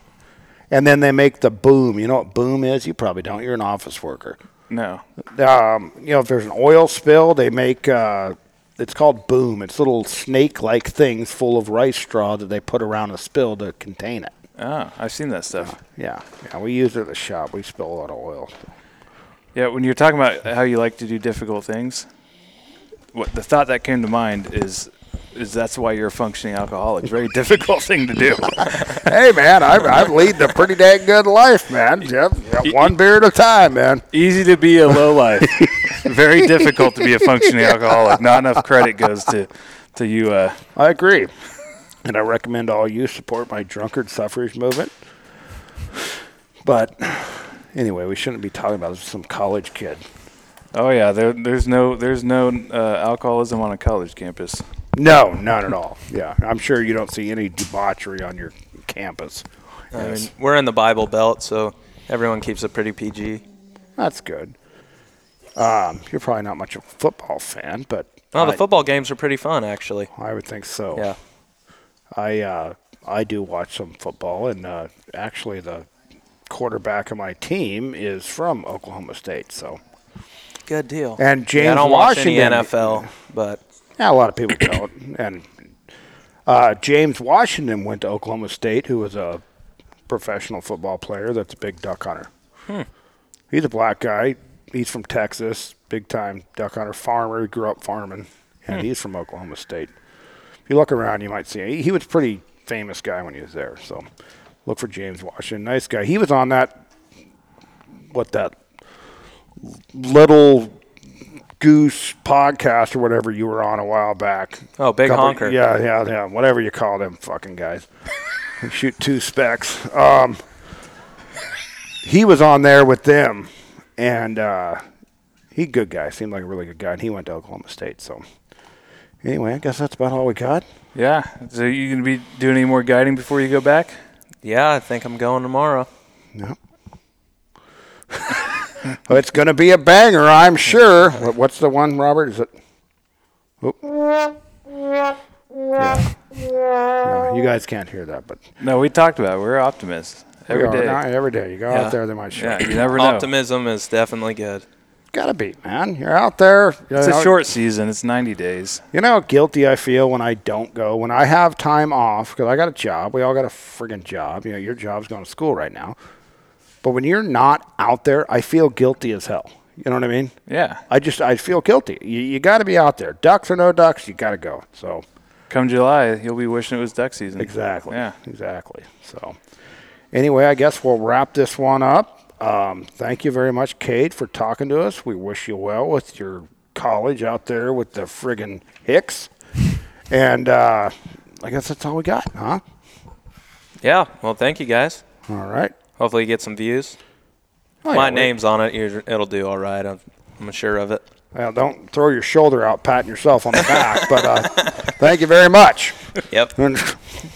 And then they make the boom. You know what boom is? You probably don't. You're an office worker. No. Um, you know, if there's an oil spill, they make. Uh, it's called boom. It's little snake-like things full of rice straw that they put around a spill to contain it. Ah, I've seen that stuff. Yeah, yeah. We use it at the shop. We spill a lot of oil. Yeah, when you're talking about how you like to do difficult things, what the thought that came to mind is is that's why you're a functioning alcoholic. Very difficult thing to do. hey, man, I'm, I'm leading a pretty dang good life, man. Yep, yep, one beer at a time, man. Easy to be a low life. Very difficult to be a functioning alcoholic. Not enough credit goes to to you. Uh, I agree. And I recommend all you support my drunkard suffrage movement. But anyway, we shouldn't be talking about some college kid. oh yeah, there, there's no there's no uh, alcoholism on a college campus. No, not at all. Yeah, I'm sure you don't see any debauchery on your campus. I mean, we're in the Bible Belt, so everyone keeps it pretty PG. That's good. Um, you're probably not much of a football fan, but No, the I- Oh. football games are pretty fun, actually. I would think so. Yeah. I uh, I do watch some football, and uh, actually the quarterback of my team is from Oklahoma State. So Good deal. and James yeah, I don't Washington. watch any NFL, but Yeah, a lot of people don't. And uh, James Washington went to Oklahoma State, who was a professional football player. That's a big duck hunter. Hmm. He's a black guy. He's from Texas, big time duck hunter, farmer. He grew up farming, and Hmm. he's from Oklahoma State. If you look around, you might see he, he was a pretty famous guy when he was there. So look for James Washington, nice guy. He was on that what that little goose podcast or whatever you were on a while back. oh, big Couple- honker. Yeah, yeah, yeah. Whatever you call them fucking guys. They shoot two specs. Um, he was on there with them, and uh, he good guy. Seemed like a really good guy, and he went to Oklahoma State. So anyway, I guess that's about all we got. Yeah. So you gonna be doing any more guiding before you go back? Yeah, I think I'm going tomorrow. No. it's going to be a banger, I'm sure. What- What's the one, Robert? Is it? Oop. Yeah. Yeah, you guys can't hear that, but No, we talked about it. We're optimists every We are day. not- every day. You go Yeah. out there, they might shoot. Yeah, you. you never know. Optimism is definitely good. Gotta be, man. You're out there. You It's a know- short season. It's 90 days. You know how guilty I feel when I don't go, when I have time off, because I got a job. We all got a friggin' job. You know, your job's going to school right now. But when you're not out there, I feel guilty as hell. You know what I mean? Yeah. I just, I feel guilty. You, you got to be out there. Ducks or no ducks, you got to go. So, Come July, you'll be wishing it was duck season. exactly. Yeah. Exactly. So, anyway, I guess we'll wrap this one up. Um, thank you very much, Kate, for talking to us. We wish you well with your college out there with the friggin' Hicks. And uh, I guess that's all we got, huh? Yeah. Well, thank you guys. All right. Hopefully, you get some views. Oh, My yeah, we- name's on it. You're, it'll do all right. I'm, I'm sure of it. Well, don't throw your shoulder out patting yourself on the back, but uh, thank you very much. Yep. And